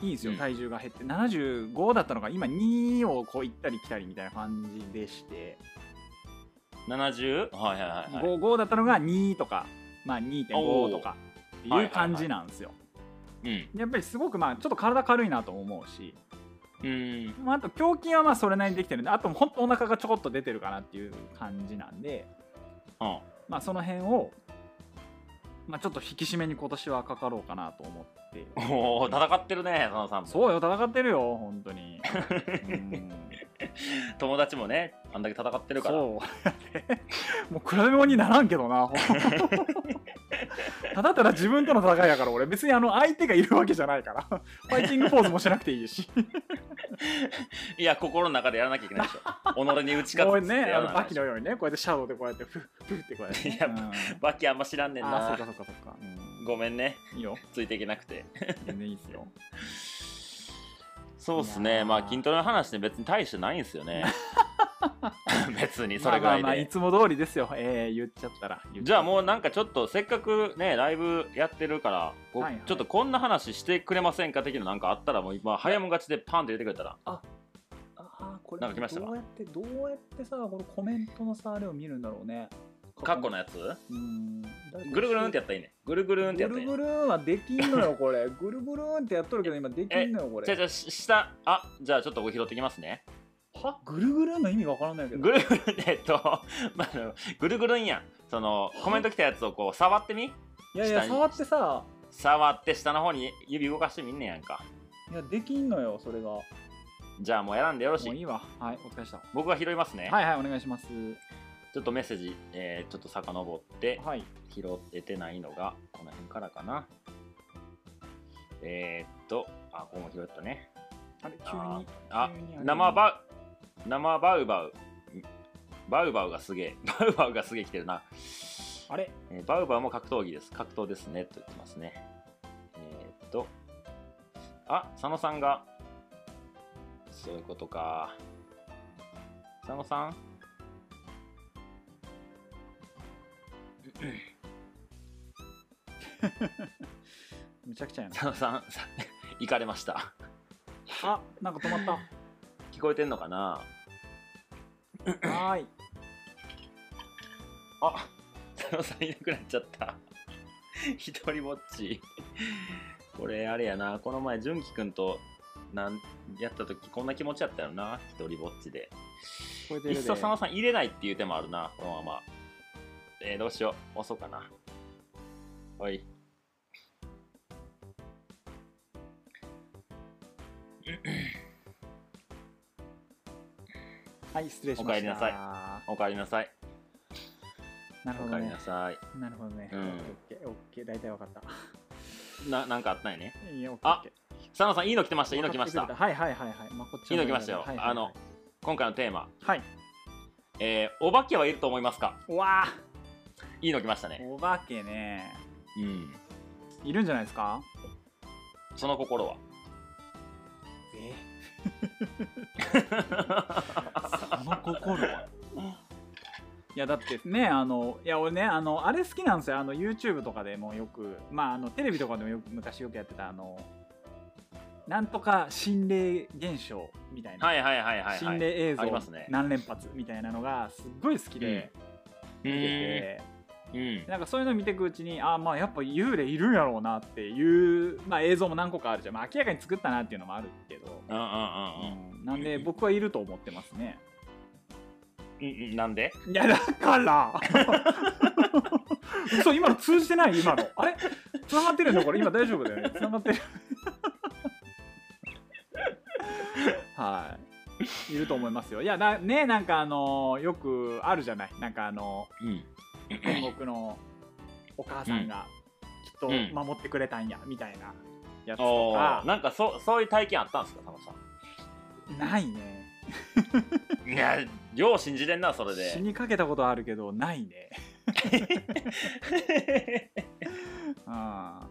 いいんですよ、うん体重が減って75だったのが今2をこう行ったり来たりみたいな感じでして、 70? はいはいはい、はい、 5, 5だったのが2とか、まあ、2.5とかっていう感じなんですよ、うんやっぱりすごくまあちょっと体軽いなとも思うし、うんまあ、あと胸筋はまあそれなりにできてるんであとほんとお腹がちょこっと出てるかなっていう感じなんで、うん まあ、その辺を、まあ、ちょっと引き締めに今年はかかろうかなと思っておお戦ってるね佐野さんもそうよ戦ってるよ本当にうん友達もねあんだけ戦ってるからそうもう 比べ物にならんけどな ただただ自分との戦いやから俺別にあの相手がいるわけじゃないから ファイティングポーズもしなくていいしいや心の中でやらなきゃいけないでしょ 己に打ちこう勝つっつってね、やあらのないバキのようにね、こうやってシャドウでこうやって、ふふってこうやって、ね。いやうんバキあんま知らんねんあー、そなうかそうかそうか。うんごめんねいいよ。ついていけなくて全然いいですよ。そうっすいやねーまあ筋トレの話ね別に大してないんです よね別 にそれぐらいで、まあまあまあいつも通りですよ。えー、言っちゃったら。じゃあもうな。なんかちょっとせっかくねライブやってるから、こうはいはいちょっとこんな話してくれませんか的ななんかあったらもう今早もがちでパンって入れてくれたらあーこれなんか来ましたかどうやって、どうやってさ、このコメントのさ、あれを見るんだろうね。カッコのややつつ。うん。ぐるぐるんってやったらいいねぐるぐるんってやったぐらいるいねぐるんはできんのよ、これ。 ぐるぐるんってやっとるけど、今できんのよ、こじゃれ。あじゃあし下あじゃあちょっとここ拾ってきますねはぐるぐるんの意味がわからないけど。ぐるぐるえっと、 まああの、ぐるぐるんやんそのコメント来たやつをこう触ってみいやいや、下に触ってさ、触って下の方に指動かしてみんねやんかいや、できんのよ、それが。もじゃあもう選んでよろしういいいわ。はい、お疲れでした。僕が拾いますね、はいはい、お願いします。ちょっとメッセージ、えーちょっと遡ってはい。拾えてないのがこの辺からかなえー、っとあここも拾ったねあれ、急あに。あ急にあれ生バウ生バウバウバウバウがすげえ バウバウがすげえ来てるな、あれえーバウバウも格闘技です格闘ですねと言ってますねえー、っとあ佐野さんがそういうことか佐野さん めちゃくちゃやな。佐野さんさ 行かれましたあ、なんか止まった。聞こえてんのかなはーい。あ佐野さんいなくなっちゃった。 一人ぼっち。これあれやな、この前、純喜くんとなんやった時こんな気持ちやったよな、一人ぼっちで。聞こえているで。っそ佐野さん入れないっていう手もあるな、このまま。えー、どうしよう、押そうかな。おい。はい、失礼しました。おかえりなさいなおかえりなさい。るほどねおかえりな。さい。なるほどね。うんオッケー、オッケー、大体わかった。な、なんかあったんやね。いや、オッケー。あオッケー佐野さん、いいの来てました、いいの来ましわかた。ってくれはいはいはいはい。まこっちゃんのいいの来ましたよはいはいはいあの。今回のテーマ、はい。えー、お化けはいると思いますかうわあ。いいの来ましたね。お化けね。うん。いるんじゃないですか。その心はえ。その心は。いやだってねあのいや俺ねあのあれ好きなんですよあの YouTube とかでもよくまああのテレビとかでもよく昔よくやってたあのなんとか心霊現象みたいな、はいはいはいはい、はい。心霊映像ありますね何連発みたいなのがすっごい好きでう見てん。て、うん。なんかそういうの見ていくうちにあーまあやっぱ幽霊いるんやろうなっていう、まあ、映像も何個かあるじゃん、まあ、明らかに作ったなっていうのもあるけど、うんうんうんうんなんで僕はいると思ってますねうんうん。なんでいやだから そう今の通じてない今のあれつながってるんだこれ今大丈夫だよねつながってる はいいると思いますよいやなねなんかあのよくあるじゃないなんかあのうん。天国のお母さんがきっとうん守ってくれたんや、みたいなやつとおーかなんかそそういう体験あったんですか、佐野さないねん。いや、よう信じてんな、それ死で。にかけたことあるけどない ねあ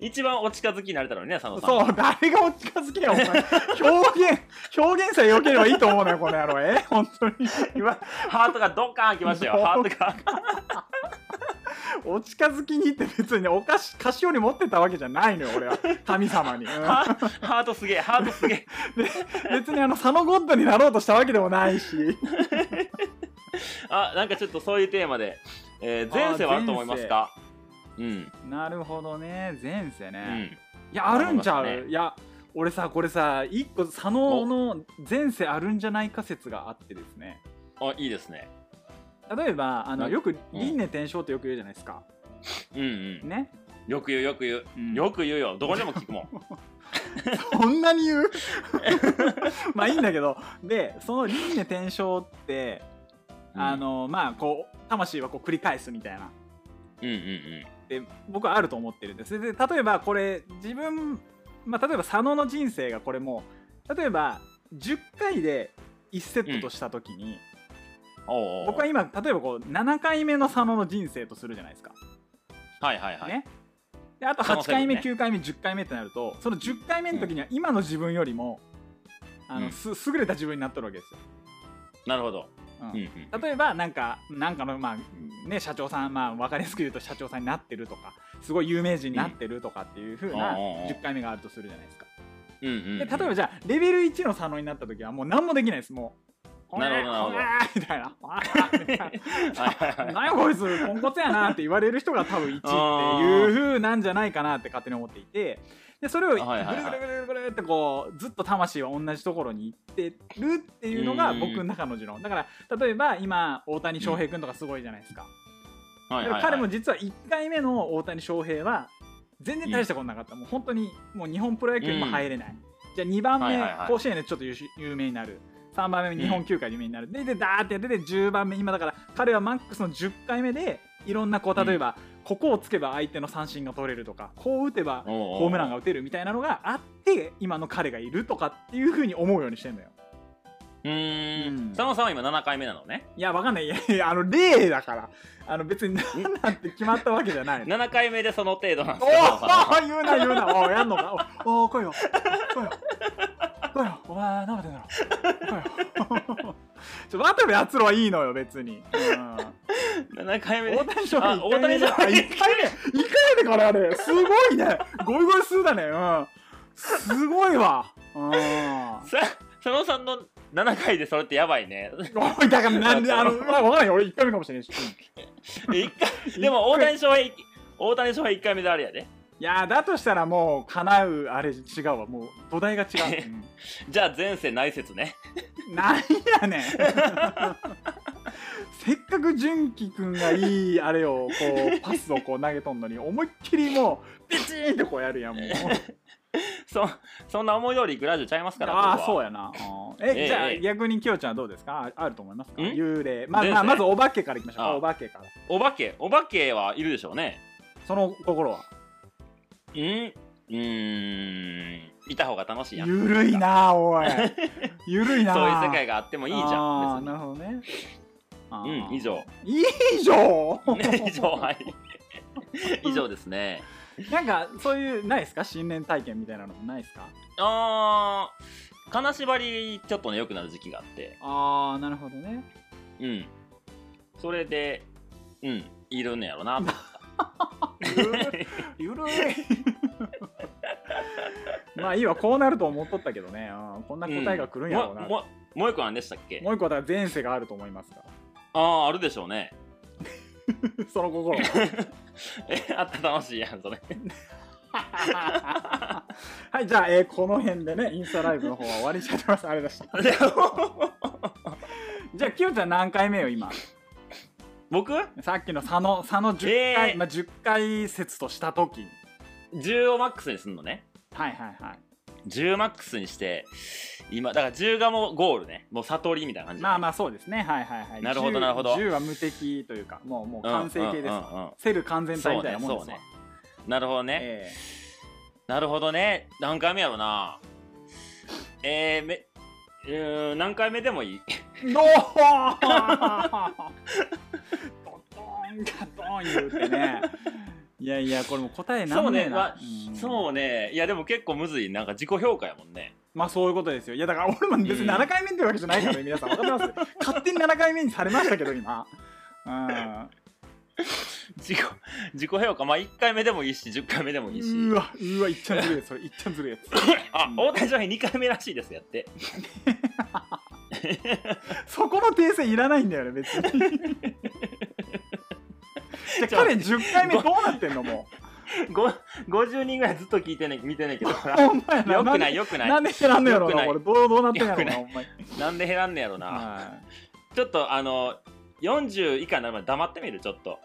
一番お近づきになれたのにね、佐野さん。そう誰がお近づきやお前表現表現さえ良ければいいと思うのよこの野郎え本当に今ハートがドカーン来ましたよ、ハートが。お近づきにって別にお菓子菓子折り持ってたわけじゃないのよ俺は神様に、うんハハートすげえ、ハートすげえ。別にあの佐野ゴッドになろうとしたわけでもないしあ、なんかちょっとそういうテーマで、えー、前世はあると思いますかうん。なるほどね前世うね、ん。いやあるんちゃう、思いますねいや俺さこれさ一個佐野の前世あるんじゃないか説があってですねあ、いいですね。例えばあのなよくうん輪廻転生ってよく言うじゃないですか、うんうん。ねよく言う、よく言う。うんよく言うよ。どこでも聞くもん。こんなに言う まあいいんだけどでその輪廻転生って、 あ、のまあこう魂はこう繰り返すみたいなうんうんうん。で僕はあると思ってるんですで例えばこれ自分、まあ、例えば佐野の人生がこれも例えば10回で1セットとした時に、おうおう僕は今例えばこう7回目の佐野の人生とするじゃないですか、はいはいはい、ねであと可能8性もね回目、9回目10回目ってなるとその10回目の時には今の自分よりも、あうんのす優れた自分になっとるわけですよ、なるほど、うんうんうん例えばなんかなんかのまあね社長さんまあ分かりやすく言うと社長さんになってるとかすごい有名人になってるとかっていう風なうんうんうん10回目があるとするじゃないですかうんうんうんで例えばじゃあレベル1の佐野になった時はもう何もできないですもうなるほどなるほどほらーみたいなほらーみたいなは いはいはい何やこいつポンコツやなって言われる人が多分1っていう風なんじゃないかなって勝手に思っていてでそれをぐるぐはいはいるぐるぐるぐるってこうずっと魂は同じところに行ってるっていうのが僕の中の持論だから例えば今大谷翔平君とかすごいじゃないですか、はでいはいもはい彼も実は1回目の大谷翔平は全然大したことなかった、もう本当にもう日本プロ野球にも入れない、じゃあ2番目、はいはいはい甲子園でちょっと優秀有名になる3番目日本球界で有名になる、ででダーってやってで10番目今だから彼はマックスの10回目でいろんなこううん例えば、ここをつけば相手の三振が取れるとかこう打てばおうおうホームランが打てるみたいなのがあって今の彼がいるとかっていうふうに思うようにしてんのようーうんん佐野さんは今7回目なのねいやわかんないいやいやあの例だからあの別に何なんて決まったわけじゃないの7回目でその程度なんですけど佐野さんはおお言うな言う なおやんのかおお来いよ来いよ来いよお前なめてんだろ来いよちょ渡部篤郎はいいのよ別に、う7回目ん、で大谷翔平あ大谷翔1平回目1回目1回目からあれすごいねゴイゴイ数だねうんすごいわうんさ佐野さんの7回でそれってやばいねおいだからなんであのまあわかんないよ俺1回目かもしれない し、うん一回でも大谷翔平大谷翔平1回目であれやでいやだとしたらもう叶うあれ違うわもう土台が違う、うんじゃあ前世ない説ねなんやねんせっかく純喜くんがいいあれをこうパスをこう投げとんのに思いっきりもうビチーンってこうやるやんもうそそんな思い通りグラジュちゃいますからああそうややなあーえええじゃあええ逆にきよちゃんはどうですかああると思いますかん幽霊まあですねまあまずお化けからいきましょうあかあお化けからお化けお化けはいるでしょうねその心はうんうーんいた方が楽しいやんゆるいな おいゆるいなそういう世界があってもいいじあゃーん別なにるほどねあーうん以上以上以上はい 以上ですねなんかそういうないですか新年体験みたいなのもないですかあー金縛りちょっとね良くなる時期があってああなるほどねうんそれでうんいるんやろなと ゆるいまあいいわこうなると思っとったけどねうんこんな答えが来るんやろうな、ももももう一個何でしたっけう一個はだから前世があると思い ますからあああるでしょうね その心はえあったら楽しいやんそ れはいじゃあ、えーこの辺でねインスタライブの方は終わりにしちゃってますあれだしじゃあきよちゃん何回目よ今僕さっきの佐野佐野10回、えーまあ、10回説とした時に10をマックスにすんのねはいはいはい10マックスにして今だから10がもうゴールねもう悟りみたいな感じまあまあそうですねはいはいはいなるほどなるほど10は無敵というかもうもううん完成形ですわ、うんうんうんセル完全体そみうたいねなもんそでうすわねなるほどね、えなるほどね何回目やろなえー、めうーん何回目でもいいえ ドーンドドーンガドーン言うてねいやいやこれもう答えなんもねえなそうねんそうねいやでも結構むずいなんか自己評価やもんねまあそういうことですよいやだから俺も別うにん7回目ってわけじゃないからね皆さんわかります勝手に7回目にされましたけど今うん自己自己評価まあ1回目でもいいし10回目でもいいしうわうわいっちゃんずるいやつそれいっちゃんずるいやつあ大谷翔平2回目らしいですやってそこの訂正いらないんだよね別 にじゃあ彼10回目どうなってんのもご50人ぐらいずっと聞いてね見てねえけどうほんまや なよなくんなでいよくないなんで減らんのやろうよくなないこれどうどうなってんやろうよくななお前なんで減らんねやろなはちょっとあの40以下になるまで黙ってみるちょっと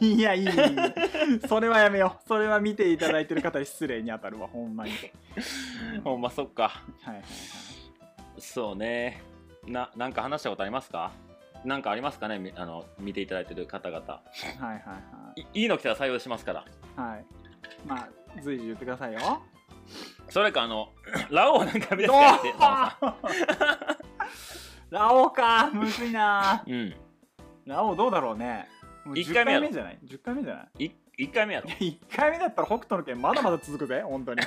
い いやいいいいそれはやめようそれは見ていただいてる方に失礼に当たるわほんまに、ほんまそっかはいはいそうねななんか話したことありますかなんかありますかねみあの見ていただいてる方々はいはいはいいいの来たら採用しますからいはいはいまあ随時言ってくだ さいよそれかあの ラオウなんか見どたう やつやって佐野さんあラオウかむずいなうん。ラオウどうだろうねもう一10回目や回目ろじゃない10回目じゃない い一回目やろ。いや1回目だったら北斗の拳まだまだ続くぜ本当 に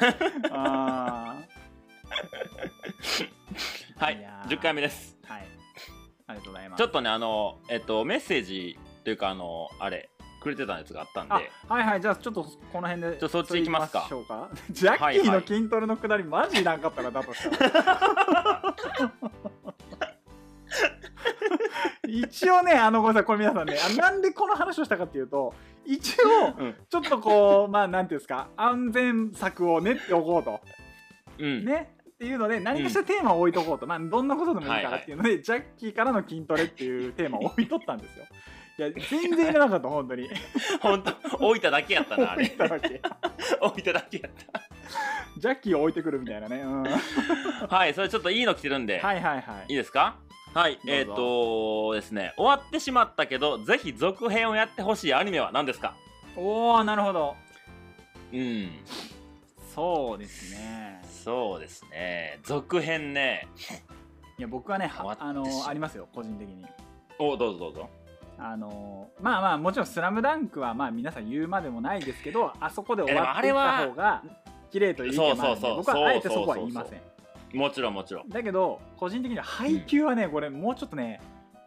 あはいいや。ー10回目です。ーはいありがとうございますちょっとね、あの、えっと、メッセージというか、あの、あれ、くれてたやつがあったんで、あはいはいじゃあちょっとこの辺でじゃあそっち行きますかそれ行きましょうか ジャッキーの筋トレのくだりマジいらんかったなだとしたら一応ねあのごめんなさいこれ皆さんねあなんでこの話をしたかっていうと一応うん。ちょっとこうまあなんていうんですか安全策を練っておこうとうん。ねっていうので何かしらテーマを置いとこうと、まあどんなことでもいいからっていうので、ジャッキーからの筋トレっていうテーマを置いとったんですよいや全然いらなかった本当 にほんと、置いただけやったな、あ置いれ。ただけ置いただけやった。ジャッキーを置いてくるみたいなね、うん、はいはい、それちょっといいの来てるんで、、はいいはいいですかはい、どうぞえっ、とですね、終わってしまったけど、ぜひ続編をやってほしいアニメは何ですかおおなるほどうん、そうですねそうですね。続編ね。いや僕はね終わはってあのしまうありますよ個人的におどうぞどうぞ。あのまあまあもちろん「スラムダンクはまあ皆さん言うまでもないですけどあそこで終わっていった方が綺麗という意見もあるんでそうそうそう僕はあえてそこは言いませんもちろんもちろん。だけど個人的には配給はね、これもうちょっとね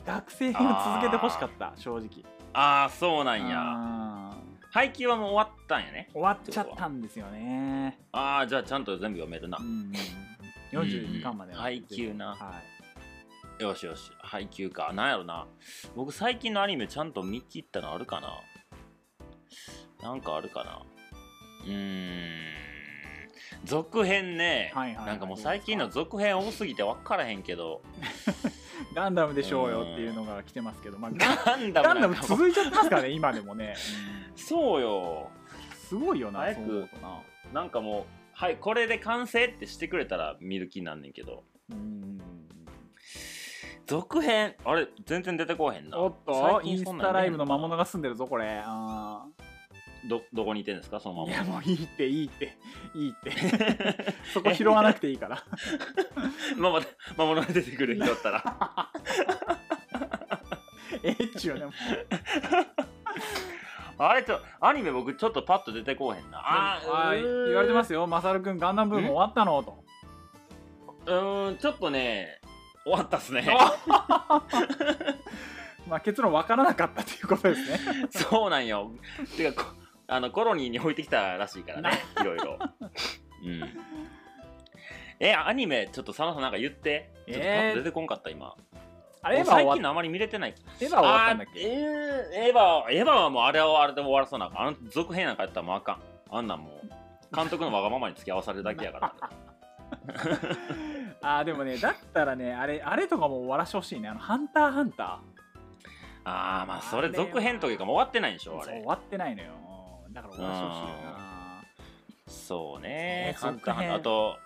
学生編を続けてほしかった正直ああ、そうなんや。あー配給はもう終わったんやね。終わっちゃったんですよね、ああ、じゃあちゃんと全部読めるなう。ん、42巻までうん配給なはいよしよし、配給か。なんやろな。僕、最近のアニメちゃんと見切ったのあるかななんかあるかなうーん。続編ね、はいはいはいなんかもう最近の続編多すぎて分からへんけど、ガンダムでしょうよっていうのが来てますけど、まあ、 ガガンダムンガンダムなんかもう続いちゃってますからね、今でもね。そうよ。すごいよな、早そくう思うとな。なんかもう、はい、これで完成ってしてくれたら見る気になんねんけど、うん続編、あれ、全然出てこうへんな。おっと、最イン近そスんなタんねライブの魔物が住んでるぞ、これ。あど、どこにいてんですか、そのーまいま。や、もういいって、いいって、いいって。そこ拾わなくていいから。 まあまあ、魔物が出てくる人だっ たら。ええっちゅうね。もうあれちょ、アニメ僕ちょっとパッと出てこうへんな。はい、言われてますよ。よ、マサル君、ガンダムブーム終わったのと。うーん、ちょっとね、終わったっすね。まあ、結論分からなかったということですね。そうなんよ。てか、こあの、コロニーに置いてきたらしいからね、いろいろ。うん。え、アニメ、ちょっと佐野さんなんか言って。ちょっとパッと出てこんかった、今。あれ、エヴァ最終近わのあまり見れてない。エヴァ終わったんだっあーけえーエヴァ、エヴァはもうあれはあれで終わらそうなあかん。あの続編なんかやったらもうあかん。あんなんもう、監督のわがままに付き合わされるだけ やから。あーでもね、だったらね、あれ、あれとかも終わらしてほしいね。あの、ハンターハンター。ああまあそれ続編というかもう終わってないんでしょあそう終れわってないのよだから終わらしてほしいよなそうねそう簡単続編あと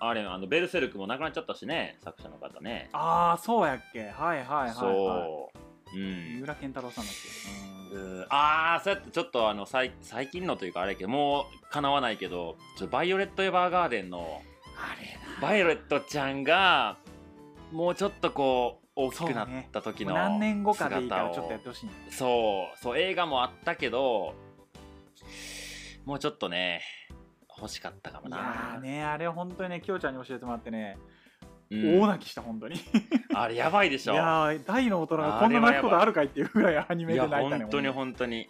あれあのベルセルクもなくなっちゃったしね作者の方ねああそうやっけはいはいはい、はい、そうう三ん浦健太郎さんだっけ、ううんんああそうやってちょっとあの最最近のというかあれやけどもうかなわないけどちょバイオレット・エヴァーガーデンのあれバイオレットちゃんがもうちょっとこう大きくなった時なもうの何年後かでいいから姿をちょっとやってほしいねそうそう映画もあったけどもうちょっとね欲しかったかもいなやーねあれ本当にねきょうちゃんに教えてもらってね、うん大泣きした本当にいあれやばいでしやょー大の大人がこんな泣くことあるかいっていうぐらいアニメいでや泣いたね本当に本当に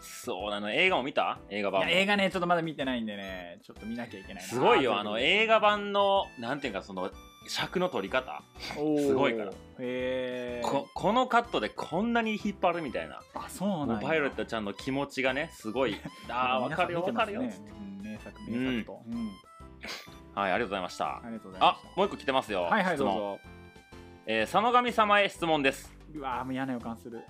そうなの映画も見た映画い版や映画ねちょっとまだ見てないんでねちょっと見なきゃいけないなすごいよあの映画版のなんていうかその尺の取り方すごいからへえここのカットでこんなに引っ張るみたいなあそうもなうんやパイロットちゃんの気持ちがねす ごいあーわかるよわかるよ、皆さん見てますねうん名作名作と、うんはいありがとうございましたありがとうございまあしもう一個来てますよ、たはいはい質どう問ぞえー佐野神様へ質問ですうわーもう嫌な予感する、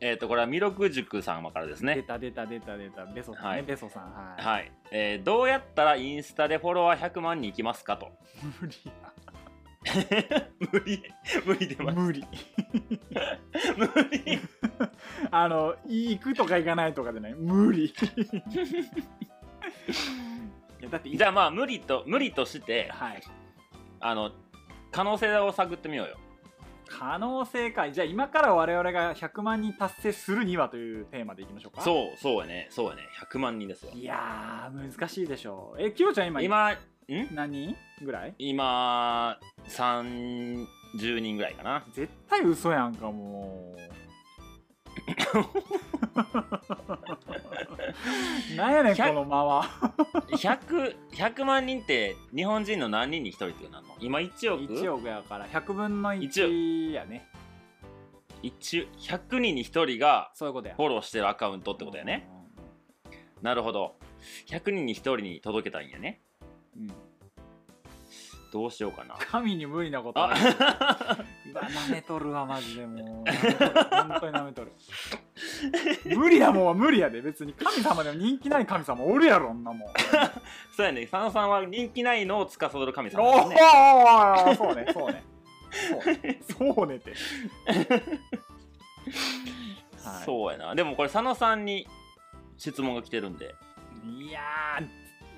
えっ、とこれは弥勒塾様からです出ねた出た出た出たベソさんね、はいベソさんはい、はい、えーどうやったらインスタでフォロワー100万人いきますかと 無理無理無理出ます無理無理 あの行くとか行かないとかでね無理いやだってじゃあまあ無理と無理としてはいあの可能性を探ってみようよ可能性かいじゃあ今から我々が100万人達成するにはというテーマでいきましょうかうそうそうやねそうやね100万人ですよいやー難しいでしょうえきよちゃん今今ん何人ぐらい今30人ぐらいか な絶対嘘やんかも うなんやねんこ100の間は 100, 100万人って日本人の何人に1人っていうのなんの今1億1億やから100分の1やね一100人に1人がそういうことやフォローしてるアカウントってことやね、なるほど100人に1人に届けたいんやねうんうんうんどうしよう かな神に無理なこと はあうわ舐めとるわマジでもう舐めとる本当に舐めとる無理だもんは無理やで別に神様でも人気ない神様おるやろんな もんそうやね佐野さんは人気ないのを司る神様おですねおそうねそう ねそうそうねってはいそうやなでもこれ佐野さんに質問が来てるんでいや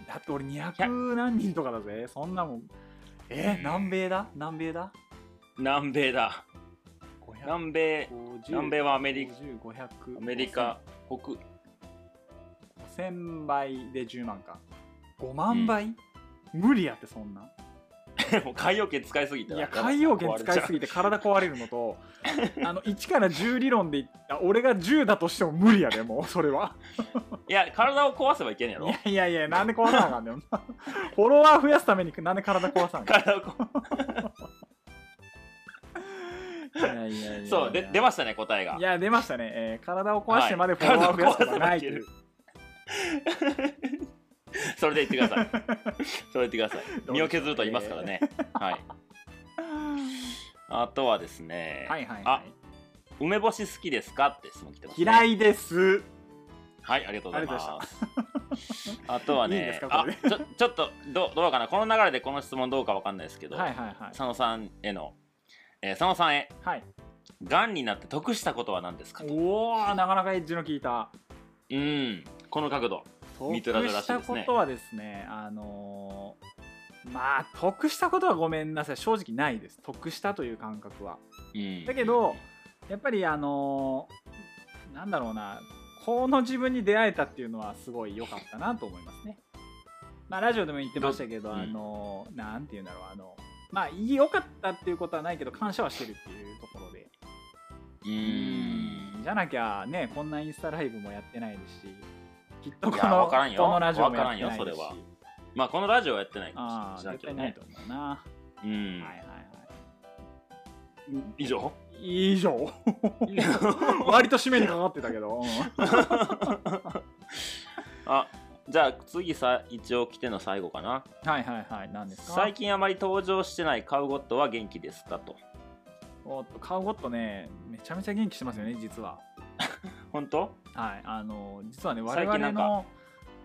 ーだって俺200何人とかだぜそんなもんえ南米だ南米だ南米だ南米南米はアメリカカアメリカ北1000倍で10万か5万倍、無理やってそんな もう海洋圏使いすぎいたや海洋圏使いすぎぎて体壊れるのと あの1から10理論でいった俺が10だとしても無理やでもうそれはいや体を壊せばいけんやいろやいやいやなんで壊さなあかんねんフォロワー増やすためになんで体壊さなあか体を壊んいやいやいやいや そうで出ましたね答えがいや出ましたね、えー体を壊してまでフォロワー増やすことはないという、 それで言ってくださいそれで言ってください身を削ると言いますからねはいあとはですね、はいはい、はあい、梅干し好きですかって質問来てます、ね、嫌いいですはいありがとうございありがとうまごすあとはいいんでねすかあこれちょちょっとどうどうかなこの流れでこの質問どうかわかんないですけど、はいはいはい佐野さんへの、えー佐野さんへはいがんになって得したことは何ですかとおおなかなかエッジの効いたうんこの角度得ミトラドらしいしですねたことはですねあのーまあ得したことはごめんなさい正直ないです得したという感覚はうんだけどやっぱりあのーなんだろうなこの自分に出会えたっていうのはすごい良かったなと思いますねまあラジオでも言ってましたけどどうんあのーなんて言うんだろうあのまあ良かったっていうことはないけど感謝はしてるっていうところでううんんじゃなきゃねこんなインスタライブもやってないですしきっとこいやのわからんよこのラジオもやってわなからいんよそでれすしはまあこのラジオはやってないかあもあしれない絶け対どないねと思うな、うんはいはいは以上い以 上割と締めにかかってたけど、うんあじゃあ次さ一応来ての最後かなはいはいはい何ですか最近あまり登場してないカウゴットは元気ですかとおっとカウゴットねめちゃめちゃ元気してますよね実は本当はいあの実はね我最近々なんかの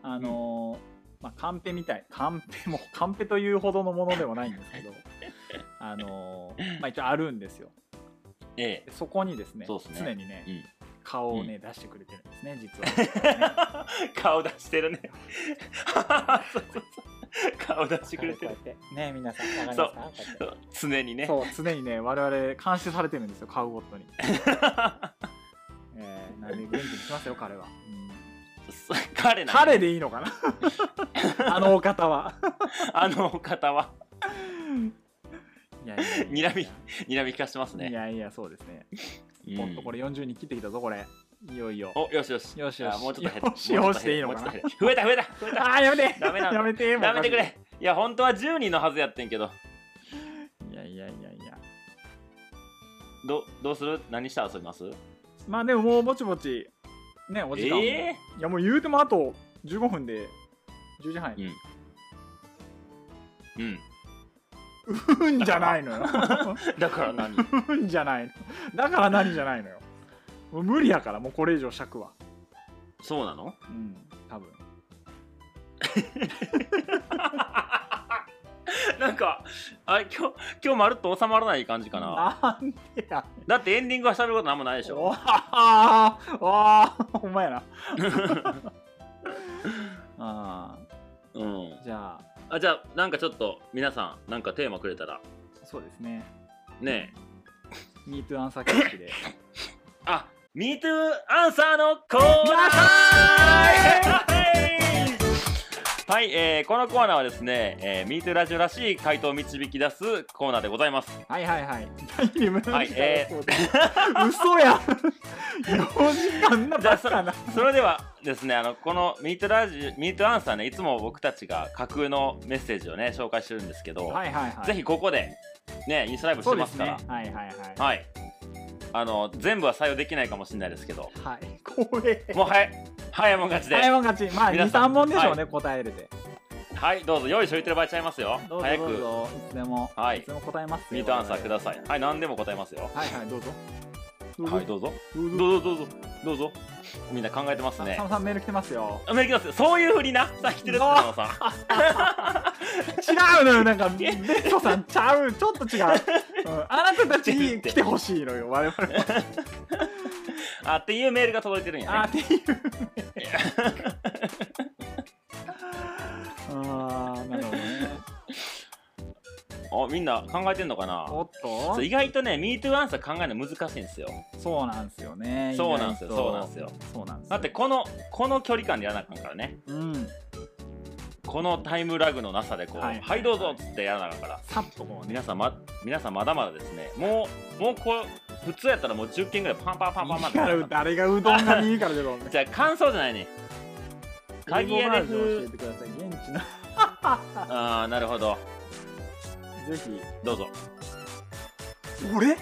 あの、まあ、カンペみたいカンペも カンペというほどのものではないんですけど あの、まあ、一応あるんですよええ でそこにですねそうっすね常にね、うん顔をね出してくれてるんですね 実は、ね、顔出してるね そうそうそう顔出してくれてるこうやってね皆さんわかりますかこうやってそう常にねそう常にね我々監視されてるんですよカウゴット に、えー、なんで元気にしますよ彼は、うん彼なん彼でいいのか なあのお方はあのお方はいやいやいにやらみ睨み利かしてますいねやいやそうですねうんほんとこれ40人切ってきたぞこれいよいよおよしよしよしよしあもうちょっと減ったよしよしでいいのかなもうちょっと減った増えた増えた増えた あーやめてダメなんだやめてやめてくれいや本当は10人のはずやってんけどいやいやいやいやどどうする何して遊びますまあでももうぼちぼちねお時間も、えいやもう言うてもあと15分で10時半えうんうんうんじゃないのよ だから何うんじゃないのだから何じゃないのよもう無理やからもうこれ以上尺はそうなのうん多分 なんかあれ今日今日まるっと収まらない感じかななんでやだってエンディングは喋ることなんもないでしおょ あああほんまやなあうんーじゃああじゃあなんかちょっと皆さんなんかテーマくれたらそうですねね MeToo アンサー形式で。あ、ミートゥーアンサーのコーナーはい、えーこのコーナーはですね、えー、ミートゥーラジオらしい回答を導き出すコーナーでございます。はいはいはい。何無はいえー、嘘やん !4 時間なバカな。それではですね、あのこのミートゥーラジミートゥーアンサーね、いつも僕たちが架空のメッセージをね、紹介してるんですけど、はいはいはい。ぜひここで、ね、インスタライブしそてうでますすかね。ら、はいはいはい。はい。あの、全部は採用できないかもしれないですけど、はい。怖え。もう早い、早いもん勝ちで。早いもん勝ち。まあ、皆2、さん3問でしょうね、答えれて。はい、どうぞ、用意しておいてる場合ちゃいますよ。どうぞ早どうく、ぞ、いつでも、はいつでも答えますよミートアンサーください。はい、何でも答えますよ。はいはい、どうぞ。はい、どうぞ。どうぞ。どうぞ、どうぞ。どうぞ。みんな考えてますねサ。ムさんメール来てますよ。あ、メイキます。そういうふりな。さあ、来てるって、佐野さ違うん。のよ、なんか、ベッドさんちゃう、ちょっと 違う。うんあなたたちに来てほしいのよ、我々は。あ、っていうメールが届いてるんや、ね。あーっていうね。あー、なるほどね。お、みんな考えてんのかな。おっそとう意外とね、ミートゥーアンサー考えるの難しいんですよ。そうなんですよね。そうなんですよ意外とそうなんですよ。そうなんですだよって、この、この距離感でやらなあかんからね。うん。このタイムラグのなさで、こう、ははいい、どうぞっつってやらなあかんから。さっともうね、皆さんま、皆さんまだまだですね、もう、もうこう、普通やったらもう10件ぐらいパンパンパンパンパンって右から誰がうどんが右から出るのじゃあ感想じゃないね。鍵屋で英語バージョン教風え。てください。現地のああ、なるほど。ぜひ。どうぞ。俺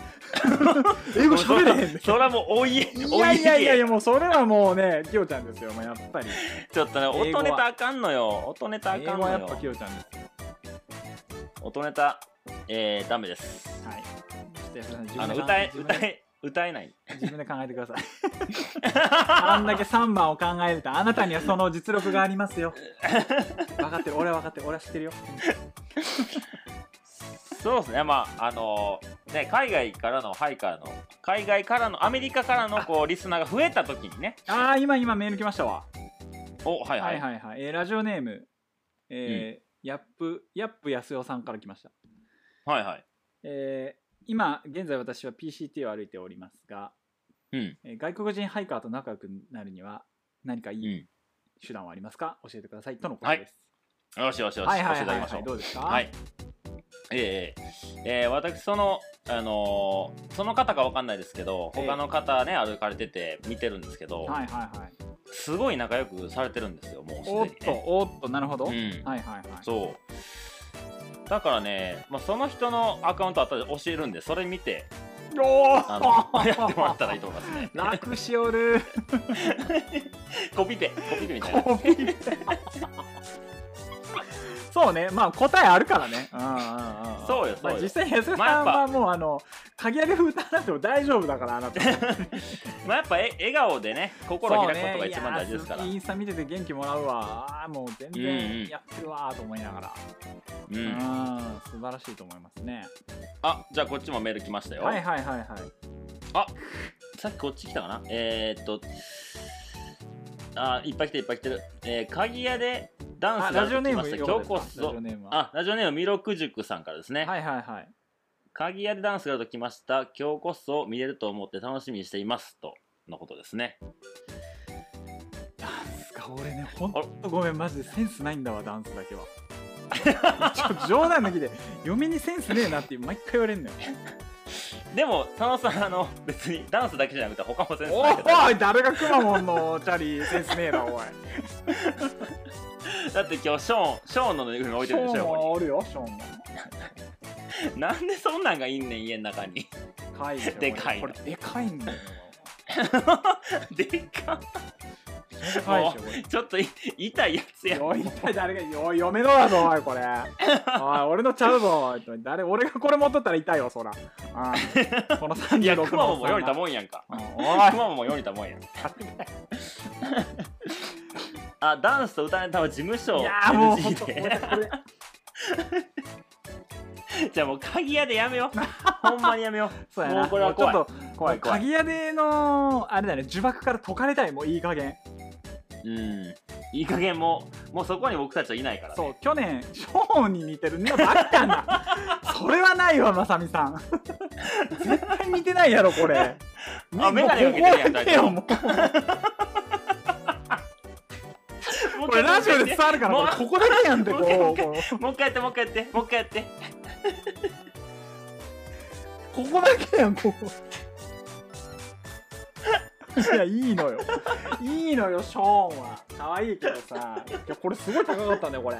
英語喋 れへんねそそれはもうお家。いおや家いやいやいや、もうそれはもうね、きよちゃんですよ、まあ、やっぱり。ちょっとね、英語は音ネタあかんのよ。音ネタあ英かん語はのやっぱよき。よちゃんですよ。音ネタ、えー、ダメです。はい。ちょっと安田さん自あ分での、考歌え、自分で歌え、歌えない。自分で考えてくだ さい。あんだけ3番を考えてた、あなたにはその実力がありますよ。分かってる、俺は分かってる、俺は知ってるよ。そうですね、まあ、あのーね、海外からの、ハイからの、海外からの、アメリカからの、こう、リスナーが増えたときにね。ああ、今今メール来ましたわ。お、はいは。はいいはいはい。えーラジオネーム、えーやっぷ、やっぷやすよさんから来ました。はいはい。えー今現在私は PCT を歩いておりますが、うんえー外国人ハイカーと仲良くなるには何かいういん。手段はありますか、教えてくださいとのことです。よしよしよし、はいはい教えてはあい、げましょはうい、。どうですか、はい。ええええ私その、あのーその方かわかんないですけどええ他の方ね、歩かれてて見てるんですけど、はいはいはいすごい仲良くされてるんですよもうすでおっにとね。おっとなるほど、うはいんはいはいそうだからね、まあ、その人のアカウントあったら教えるんでそれ見てお あのやってもらったらいいと思いますね。楽しおるコピペコピペみたいな。コピーそうねまあ答えあるからねうんうんうんうんそうよそうよまあ、実際安田まあやさっんぱはもうあの鍵上げ風歌なんても大丈夫だからあな たまあやっぱえ笑顔でね心を開くことが一番大事ですから。そうねいやー鈴木インスタ見てて元気もらうわあーもう全うんうん然やってるわーと思いながら、ううんん、素晴らしいと思いますねあじゃあこっちもメール来ましたよ。はいはいはいはいさっきこっち来たかなえー、っとあーいっぱい来てるいっぱい来てる、えー、鍵屋でダンあスがラジオネーまムしたよ今か日ったですかラジこそオネームはあラジオネームミロク塾さんからですね、はいはいはい鍵屋でダンスがあると来ました今日こそ見れると思って楽しみにしていますとのことですねダンスか俺ねほんとごめんマジでセンスないんだわダンスだけは ちょっと冗談抜きで嫁にセンスねえなって毎回言われんのよでも佐野さんあの別にダンスだけじゃなくて他もセンス おないけどーい誰がくまモンのチャリセンスねえなおいだって今日ショーンショーンのぬいぐるみ置いシてるョでしーンょもこおるよショーンもこになんでそんなんがいんねん家の中に でかいでしょでかいこれこれでかいんだよででかかいでしょこれっちょっとい痛いやつやおい一体誰がよ嫁のだぞおい これおい俺のちゃうぞおい誰俺がこれ持っとったら痛いよそらあ あこのい36やのおっクマモンもよりたんもんやんかがうんクマモンもよりたもんやん あダンスと歌ネタは事務おい所いやーもうほんと NG これで これじゃあもう鍵屋でやめようほんまにやめよそうやもなうこれはもうちょっ怖とう怖い怖い鍵屋でのあれだね呪縛から解かれたいもういい加減うん。いい加減もう、もうそこに僕たちはいないから、ね。そう去年ショーンに似てるねばっかん だそれはないわまさみさん絶対似てないやろこれあ眼鏡かけてるやんもうここだけよもうもうこれラジオで伝わるからもうこれここだけやんってこもう一回もうう一回こもう一回やって、もう一回やって、もう一回やって。うここだけやんここ いやいいのよいいのよショーンは可愛いけどさいやこれすごい高かったんだよこれ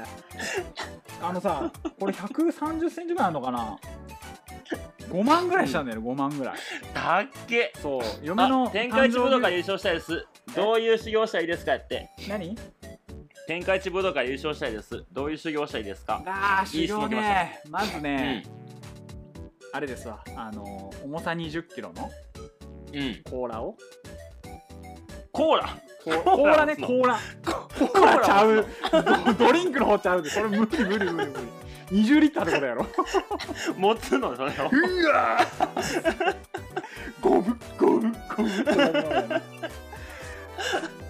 あのさこれ1 3 0センチぐらいあるのかな5万ぐらいしたんだよね5万ぐらいたっけ。そう嫁のあ、天下一武誕道生会日優勝したいです。どういう修行したらいいですかって。何天下一武道会優勝したいです。どういう修行したらいいですか。ああい修い質問行来まねまずうねん、。あれですわあの重さ2 0キロのうん。甲羅をコーラ。こう甲羅ねコ甲羅ココーラちゃうド ドリンクの方ちゃうでそれ無理無理無理無理20リッターってこと やろ持つのそれを。うわゴブゴブゴブ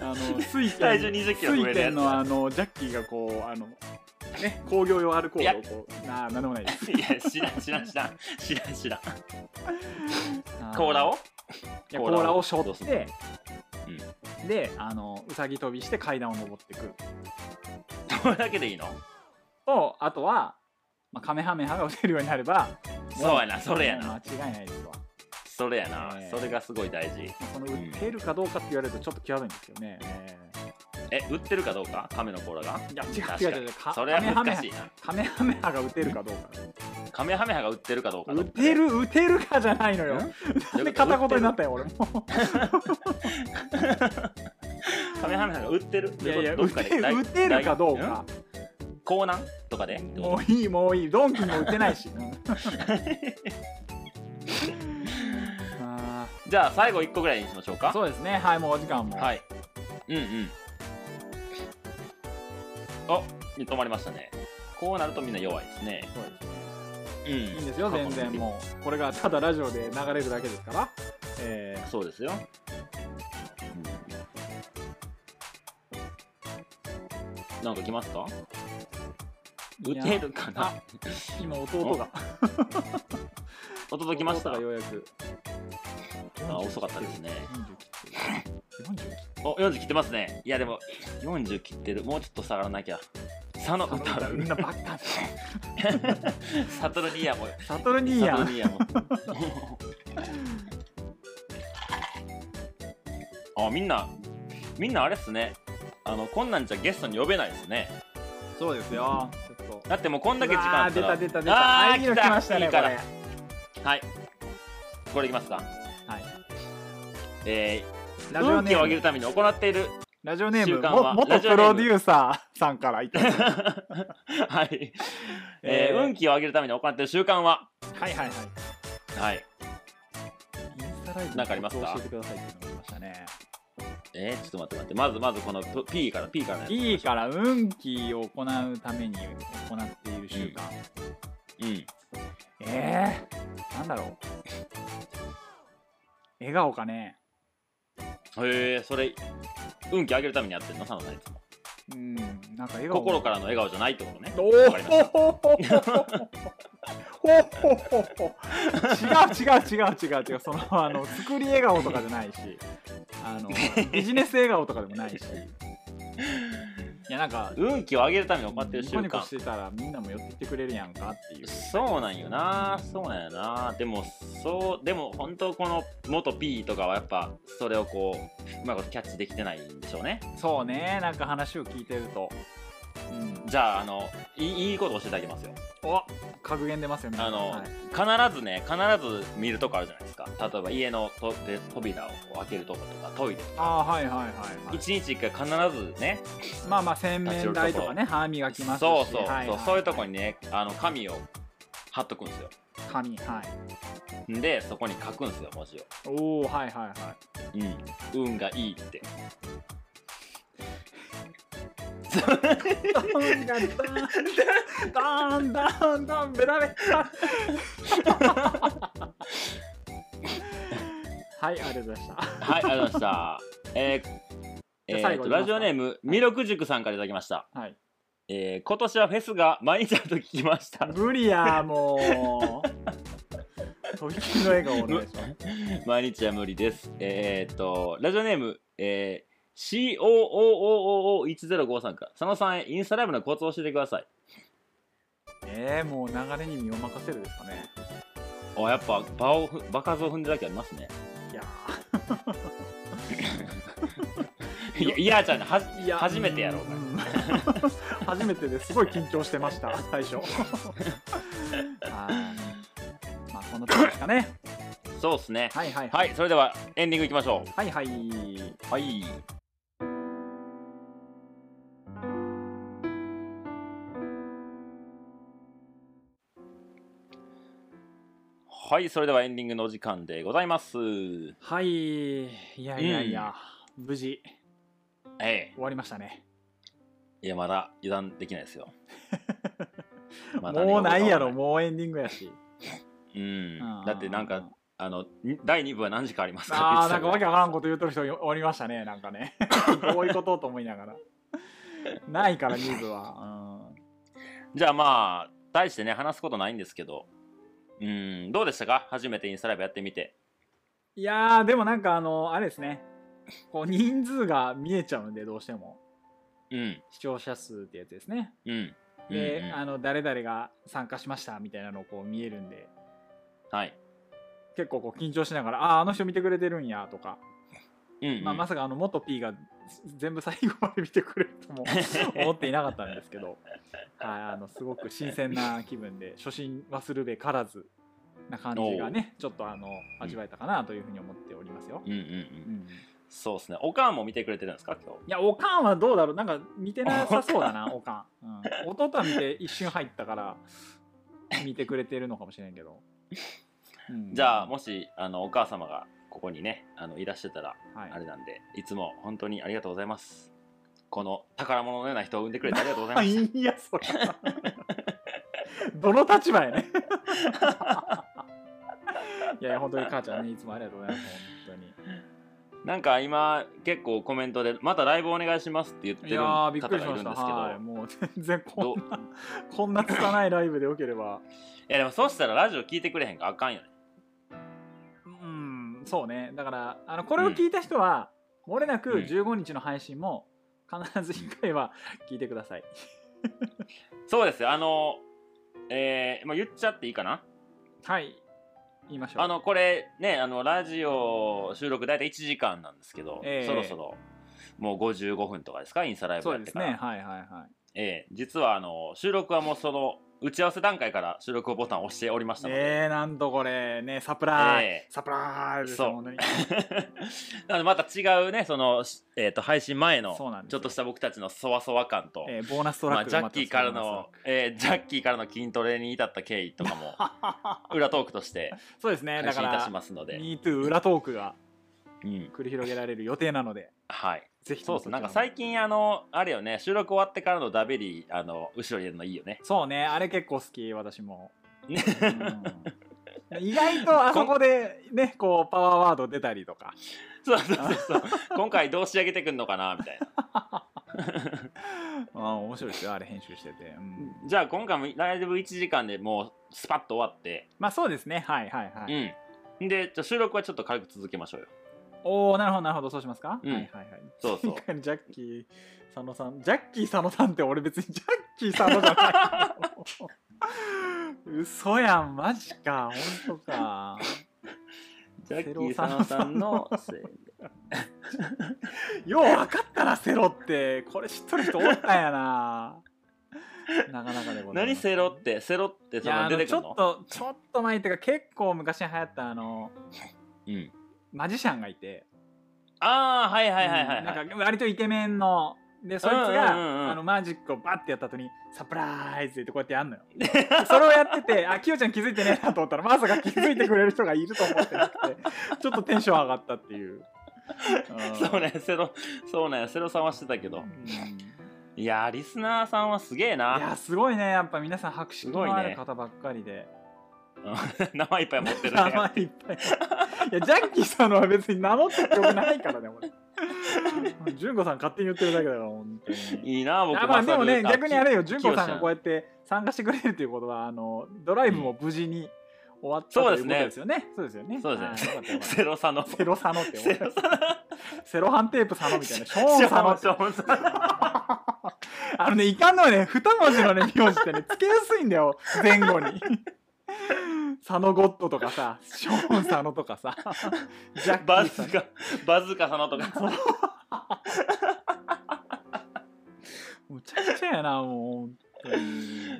あの水体重天20キロ増水えるや天つ。のあのジャッキーがこうあのね工業用アルコールをこうなあなんでもないです いや、知らん、知らん、知らん、知らん、知らん。コーラいを。や甲甲羅を羅を背負って、うであのうさぎ跳びして階段を登ってくるそれだけでいいの。とあとは、まあ、カメハメハが打てるようになればそうやな、それやな。もう間違いないですわそれやなえ。ーそれがすごい大事。その打てるかどうかって言われるとちょっと際どいんですよね、ええ、売ってるかどうか、亀の甲羅が。ーいや違確うか違う違うにかそれはカメ難ハしメいな。カメハメハが打てるかどうかカメハメハが売ってるかどうかだ打てる打てるかじゃないのよんなんで片言になったよ俺もカメハメハが売ってるいやいやど打っかてでる大打てるかどうか大港南とかでってこともういいもういいドンキにも打てないしうん あじゃあ最後1個ぐらいにしましょうーかそうですねはいもうお時間もはいうんうんあ止まりましたねこうなるとみんな弱いですねそうですねうんいいんですよ全然もうこれがただラジオで流れるだけですからえうそうですよなんか来ますかー打てるかいなやあ今弟がお届きました弟がようやくあ遅かったですね40切ってる40切ってるお40切ってますねいやでも40切ってるもうちょっと下がらなきゃ佐野歌う みんなばっかサトルニーヤもサトルニーサヤトルニ ーヤもあみんなみんなあれっすねあのこんなんじゃゲストに呼べないですねそうですよちょっとだってもうこんだけ時間ああった出らた出た出たああーいいの来た来ましたねいいこかられはいこれいきますかはいえー、ラジオ運気ネをー上げるムために行っている ラジオネー習ム慣はも元プロデューサーさんからいただきましはい、ええーー運気を上げるために行っている習慣 はたはいはいはいはいインスタライブなんかありますか教えてくださいっていうのがありましたねえー、ちょっと待って待ってまずまずこの P から P からね P から運気を行うために行っている習慣、うんえー、なんだろう笑顔かねへえそれ運気上げるためにやってるの佐野さんいつもうんなんか笑顔心からの笑顔じゃないってことねおわかりましたお違う違う違う違う違うそのあの作り笑顔とかじゃないしあのビジネス笑顔とかでもないしいやなんか運気を上げるために行ってるニ習コニコ慣してたらみんなも寄ってきてくれるやんかっていうそうなんよなそうなんよなでもそうでも本当この元 P とかはやっぱそれをこううまいことキャッチできてないんでしょうねそうねなんか話を聞いてると、うん、じゃああのいいいいこと教えていただきますよお格言出ますよ皆さあんの、はい必ずね必ず見るとこあるじゃないですか例えば家のとで扉をこう開けるとことかトイレとかあーはいはいはい、はい、一日一回必ずねまあまあ洗面台とかね歯磨きますしそうそうそう、はいはいそういうとこにねあの紙を貼っとくんですよ紙はいでそこに書くんですよ文字を、おおはいはいはうん、運がいいっていダーンダーンダーンダーンベラベラはいありがとうございました はいありがとうございましたえーえじゃあ最え後いきーとますかラジオネーム、弥勒塾さんからいただきました。はいえー今年はフェスが毎日あると聞きました。無理やもうとびきりの笑顔お願いします毎日は無理です。えーっと、ラジオネーム、えー、COOOOO1053 から、佐野さんへインスタライブのコツを教えてください。えー、もう流れに身を任せるですかねおやっぱ場をふ、場数を踏んでるだけありますね。いやいや、いやじゃん、はじーいや初めてやろうかん 初めてですごい緊張してました最初はいまあこのとこですかねそうっすね。はいはいはい、それではエンディングいきましょ。はいはいうはい。はい、それではエンディングのお時間でございます。はいいやいやいや、無事ええ、終わりましたねいや、まだ油断できないで すよ。まだねもうないやろわかんもうエンディングやしううんん。だってなんか、あの、に第2部は何時かありますからあーなんかわけわからんこと言うとる人おりましたねなんか ねどういうことと思いながらないからニーズは、じゃあまあ、大してね、話すことないんですけど、うん、どうでしたか初めてインスタライブやってみて。うん、いやーでもなんかあのあれですねこう人数が見えちゃうんでどうしてもうん、視聴者数ってやつですねうん。で、うんうんあの誰々が参加しましたみたいなのこう見えるんではい。結構こう緊張しながらあああの人見てくれてるんやとかうん、うん。まあ、まさかあの元 P が全部最後まで見てくれると も思っていなかったんですけど、はい、あのすごく新鮮な気分で初心忘るべからずな感じがねちょっとあの味わえたかなというふうに思っておりますよ。うんうんう。うんん、そうですね。おかんも見てくれてるんですか今いやおかんはどうだろうなんか見てなさそうだ なおかん、うん、弟は見て一瞬入ったから見てくれてるのかもしれんけど、うん日。じゃあ、もし、あの、お母様がここにね、あの、いらしてたら、はいあれなんで、いつも本当にありがとうございます。この宝物のような人を産んでくれてありがとうございます。いやそれどの立場や ねいやいや本当に母ちゃんねいつもありがとうございます本なんか今、結構コメントで、またライブお願いしますって言って当にいるや方ーがびいっるんくでりしますしけたど、はいもう全然こどんなこんな拙いライブでよければいやでもそうしたらラジオ聞いてくれへんかあかんよね。うんそうねだからあのこれを聞いた人は、漏れなくうん15日の配信も必ず1回は聞いてください、そうですよ。あの、えーまあ、言っちゃっていいかな。はい言いましょうあの、これね、あの、ラジオ収録大体1時間なんですけど、ええそろそろ、もう55分とかですか、インスタライブそやうっでてすから。ねはいはいはいええ実は、あの、収録はもうその、打ち合わせ段階から収録ボタンを押しておりましたので、ねえなんとこれねサプライ、ええサプライズそう本当に なのでまた違うね、その、しえーと、配信前の、そうなんですよちょっとした僕たちのそわそわ感と、えーボーナストまラッあ、クジャッキーからまたの、えージャッキーからの筋トレに至った経緯とか も、裏トークとしてそうですね配だ信かいたしらますので、 MeToo 裏トークがうん、繰り広げられる予定な のではい。ぜひそうでそう、なんか最近、あの、あれよね、収録終わってからのダベリー、あの、後ろ入れるのいいよね。 そうねあれ結構好き私も、ねうん意外とあそこでねこうパワーワード出たりとかそうそうそうそう。今回どう仕上げてくんのかな、み たいな。あ面白いですよあれ編集してて、うんじゃあ今回もライブ1時間でもう、スパッと終わって、まあそうですねはいはいはい、うん。で、じゃあ収録はちょっと軽く続けましょうよ。おおなるほどなるほどそうしますか、うんはいはいはいそうそう。確かにジャッキー佐野さんジャッキー佐野さんって俺別にジャッキー佐野じゃない嘘やんマジか本当かジャッキーさんさんのせい で。よう分かったなセロってこれ知っとる人おったんやななかなかでございま何すセロって、セロっていそやのあ出のてくちょるっのとちょっと前っていうか結構昔に流行ったあのうん。マジシャンがいてああ、はいはいはいはい、はいなんか割とイケメンのでそいつうんうんうんうんがあのマジックをバッてやった後にサプライズってこうやってやんの よそれをやっててあきよちゃん気づいてねえなと思ったらまさか気づいてくれる人がいると思ってな くてちょっとテンション上がったっていううんそうね、セロ、そうね、セロさんはしてたけど。うん。いやー、リスナーさんはすげえない やすごいねやっぱ皆さん拍手すごいのねある方ばっかりで、うん名前いっぱい持ってるね。名前いっぱいいやジャッキーさんのは別に名乗った記憶ないからね 俺純子さん勝手に言ってるだけだから本当にいいな僕あまあでもねマッサージ逆にあれよ純子さんがきよちゃんこうやって参加してくれるっていうことはあのドライブも無事に終わった、そとういですうねことですよねそうですよねそうですねよかったよかった セロサのセロサノってセロサのセロハンテープサノみたいなショーンサノって ショーンサノあのね、いかんのはね、二文字のね、名字ってね、つけやすいんだよ、前後に。佐野ゴッドとかさ、ショーン佐野とか さ、ジャッキバーズさん。カバズカサノとかむちゃくちゃやな、もう。本当に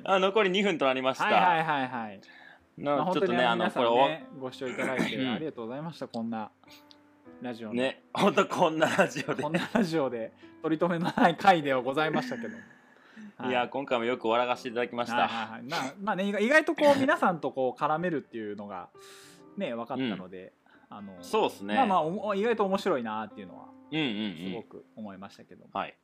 あ残り2分となりました、はいはいはいはい。なまあち本ょ当っとにねあの皆さこんれね、ご視聴いただいてうんありがとうございました、こんなラジオの。ね本当こんなラジオでこんなラジオで取り留めのない回ではございましたけども。はいや今回もよく笑かしていただきました、はいはいはいまあ、まあね意外意外とこう皆さんとこう絡めるっていうのがね分かったので、あのそうですねまあまあおも意外と面白いなっていうのはうんうんすうごんく思いましたけども、はい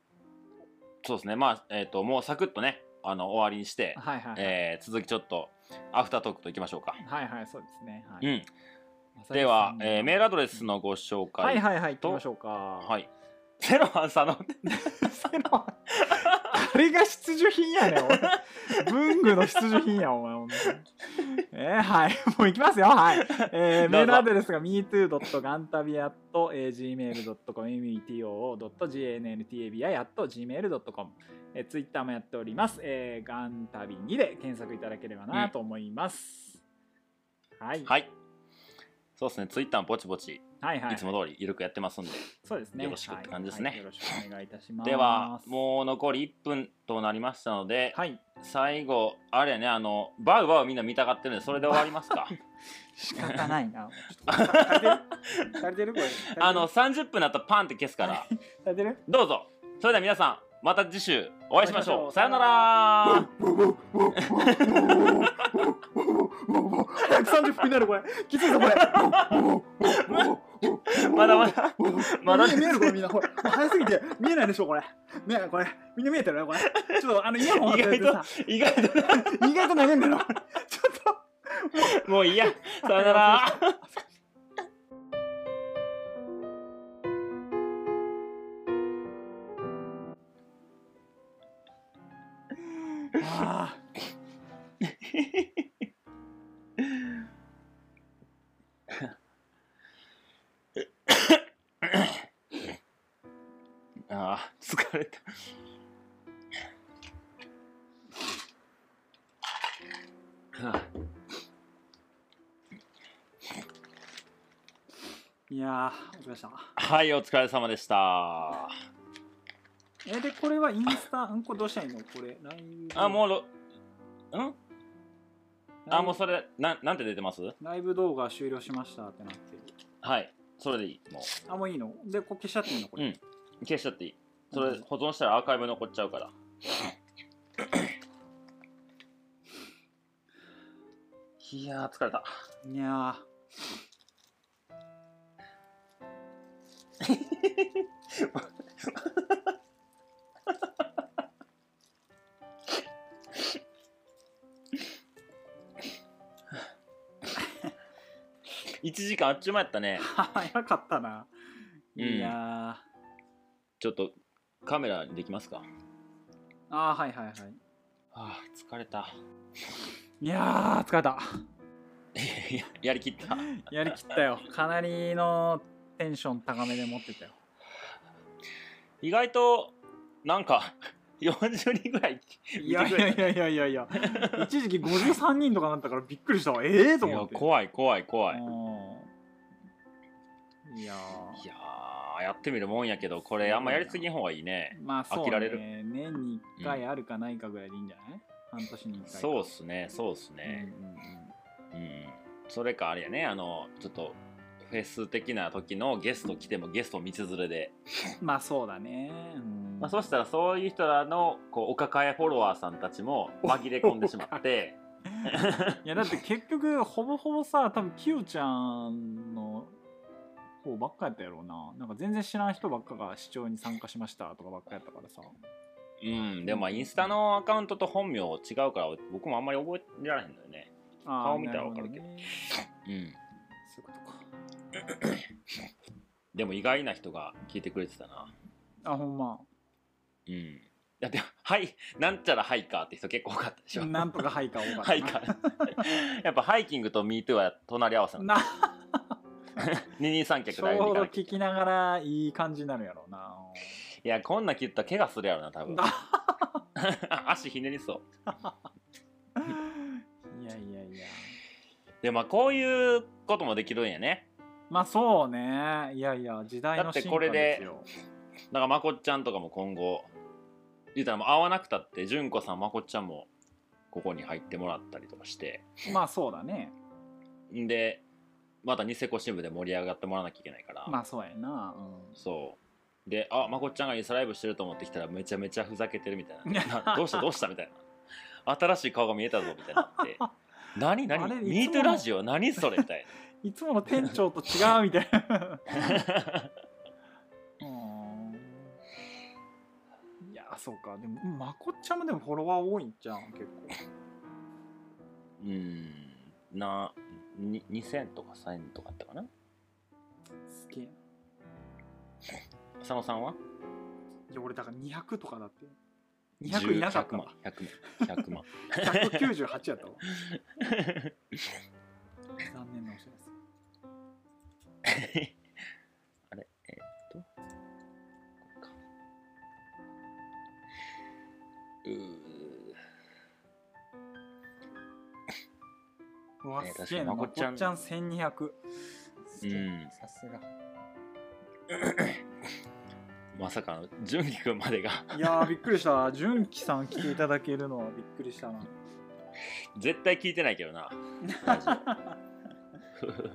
そうですねまあえっ、ともうサクッとねあの終わりにして、はいはい、えー続きちょっとアフタートークといきましょうか、はいはいそうですね、はういん、では、えーメールアドレスのご紹は介いはいはい行ときましょうかはいいセロハンさんのあれが必需品やねんお前文具の必需品やお前ほんとにえー、はい もう行きますよはいえー どメーうぞルアドレスが metoo.gantabi.gmail.com metoo.gntabi.gmail.com えー、ツイッターもやっております、えー、ガンタビ2で検索いただければなと思います、はい、はいそうですねツイッターもぼちぼちはいはいいつも通りゆるくやってますんで、そうですねよろしくって感じですねはいはいよろしくお願いいたしますではもう残り1分となりましたので、はい最後あれやねあのバウバウみんな見たがってるんでそれで終わります か仕方ないな足りてる足りてるこれあの30分だったらパンって消すから足りてるどうぞそれでは皆さんまた次週お会いしましょお会いしましょううさよなら130分になるこれきついぞこれまだまだまだ見え見えるこれみんなこれ早すぎて見えないでしょこれねこれみんな見えてるねこれちょっとあのイヤホン当ててさ意外と意外と投げんだよこれちょっともういいやさよな らああー疲れたあーいやーお疲れ様でしたーはいお疲れ様でしたえでこれはインスタうんこれどうしたらいいのこれライブあもうろんライブあもうそれなんなんて出てますライブ動画終了しましたってなってるはいそれでいいもあもういいのでこれ消しちゃっていいのこれ、うんう消しちゃっていいそれ保存したらアーカイブ残っちゃうからいやー疲れたいや1時間あっちゅう間やったねー早かったな、うんいやちょっとカメラにできますかはーあーはいはいはいあ疲れた いやー疲れたいやいややりきったやりきったよかなりのテンション高めで持ってたよ意外となんか40人ぐらいいやいやいやいやいやいや一時期53人とかなったからびっくりしたわええー、とい思やって怖い怖い怖いうんいやーいやーやってみるもんやけどこれあんまやりすぎん方がいいねまあそう、飽きね、られる年に1回あるかないかぐらいでいいんじゃない、半年に1回かそうっすねそうっすうんねうん、それかあれやねあのちょっとフェス的な時のゲスト来てもゲスト道連れで、うんまあそうだね、うんまあ、そうしたらそういう人らのこうお抱えフォロワーさんたちも紛れ込んでしま っていやだって結局ほぼほぼさ多分きよちゃんの方ばっかやったやろうななんか全然知らん人ばっかが視聴に参加しましたとかばっかやったからさうんでもまあインスタのアカウントと本名違うから僕もあんまり覚えられへんのよねあー顔見たらわかるけどなほねうそんういうことか でも意外な人が聞いてくれてたな。あほんまうん。だって、はい、なんちゃらハイカーって人結構多かったでしょ。なんとかハイカー多かったハイカー。 やっぱハイキングとミートゥーは隣り合わせなの。な 二人三ち脚ょだようどね。聞きながらいい感じになるやろうないや、こんな切ったら怪我するやろな、多分。な 足ひねりそう。いやいやいやで、まあ、こういうこともできるんやね。まあそうねいやいや時代の進化ですよなんか、まこっちゃんとかも今後、言うたらもう会わなくたって、純子さん、まこっちゃんも、ここに入ってもらったりとかして、まあそうだねんで、またニセコ支部で盛り上がってもらわなきゃいけないから、まあそうやな、うんそう。で、あ、まこっちゃんがインスタライブしてると思ってきたら、めちゃめちゃふざけてるみたい な。などうしたどうしたみたいな。新しい顔が見えたぞみたいになって。何あれ何いつもミートラジオ何それみたいいつもの店長と違うみたいなな。うん いやそうかでもまこっちゃんもでもフォロワー多いんじゃん結構うーんなに2000とか1000とかあったかなすげえない佐野さんはや俺だから200とかだって200いなかったわ100万100万198や ったわ残念なお知らせあれえーっとこれか うーうわ、ねすげえな、ま確かにまここちちゃゃんん1200。すげえうんさすが。まさかの純喜くんまでが いやー、びっくりした。純喜さん来ていただけるのはびっくりしたな。 絶対聞いてないけ どなラジ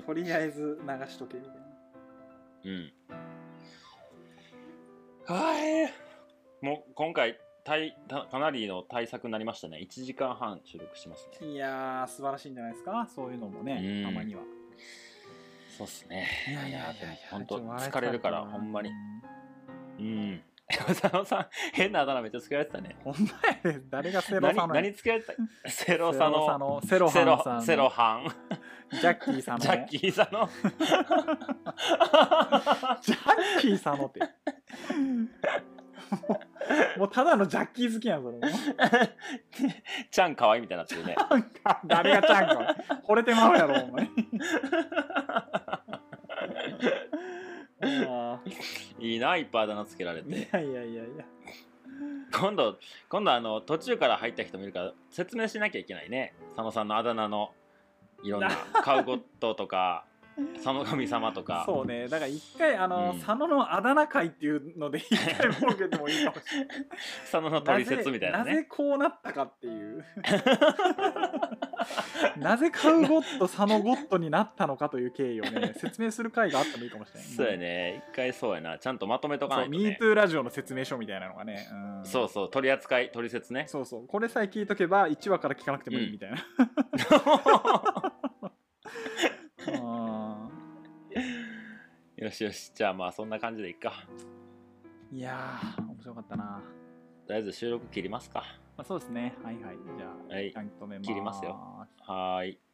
とりあえず流しとけみたいな。オうんはいもう今回たいたかなりの対策になりましたね1時間半収録してますねいやー、素晴らしいんじゃないですか。そういうのもうね、んたまには。そうっすね。いやいやいやいでやも本当ちょっと笑えちゃった疲れるから、なほんまに。うん。佐野さん、変なあだ名めっちゃつけられてたね。ほん まやで、誰がセロ何さんの何つけられてたセロセ佐ロさ野。の、セロセハンさロ、ん、セロハン。ジャッキーさんの、ジャッキー佐野。ジャッキーさんのって。もうもうただのジャッキー好きやん、それもう。ちゃんかわいいみたいになってるね。誰がちゃんか。惚れてまうやろ、お 前。あいいな、いっぱいあだ名つけられーいて。やいやいやいや。今度、今度あの、途中から入った人もいるから、説明しなきゃいけないね。佐野さんのあだ名の、いろんな、カウゴットとか、佐野神様とか。そうね、だから一回、あの、うん佐野のあだ名会っていうので、一回設けてもいいかもしれない。佐野のトリセツみたいなぜぜね。こうなったかっていう。 なぜカウゴット、佐野ゴットになったのかという経緯をね、 説明する会があってもいいかもしれない。そうやね。一回そうやな。ちゃんとまとめとかないと、ね。そう、MeToo ラジオの説明書みたいなのがね。んそうそう、取り扱い、取説 ね。そうそうこれさえ聞いとけば1話から聞かなくてもいいみたいな、あよしよし、じゃあまあそんな感じでいっか。 ーいやー面白かったな、まとりあえず収録切りますか。あ、そうですねはいはいじゃあはい一旦止めます切りますよはーい。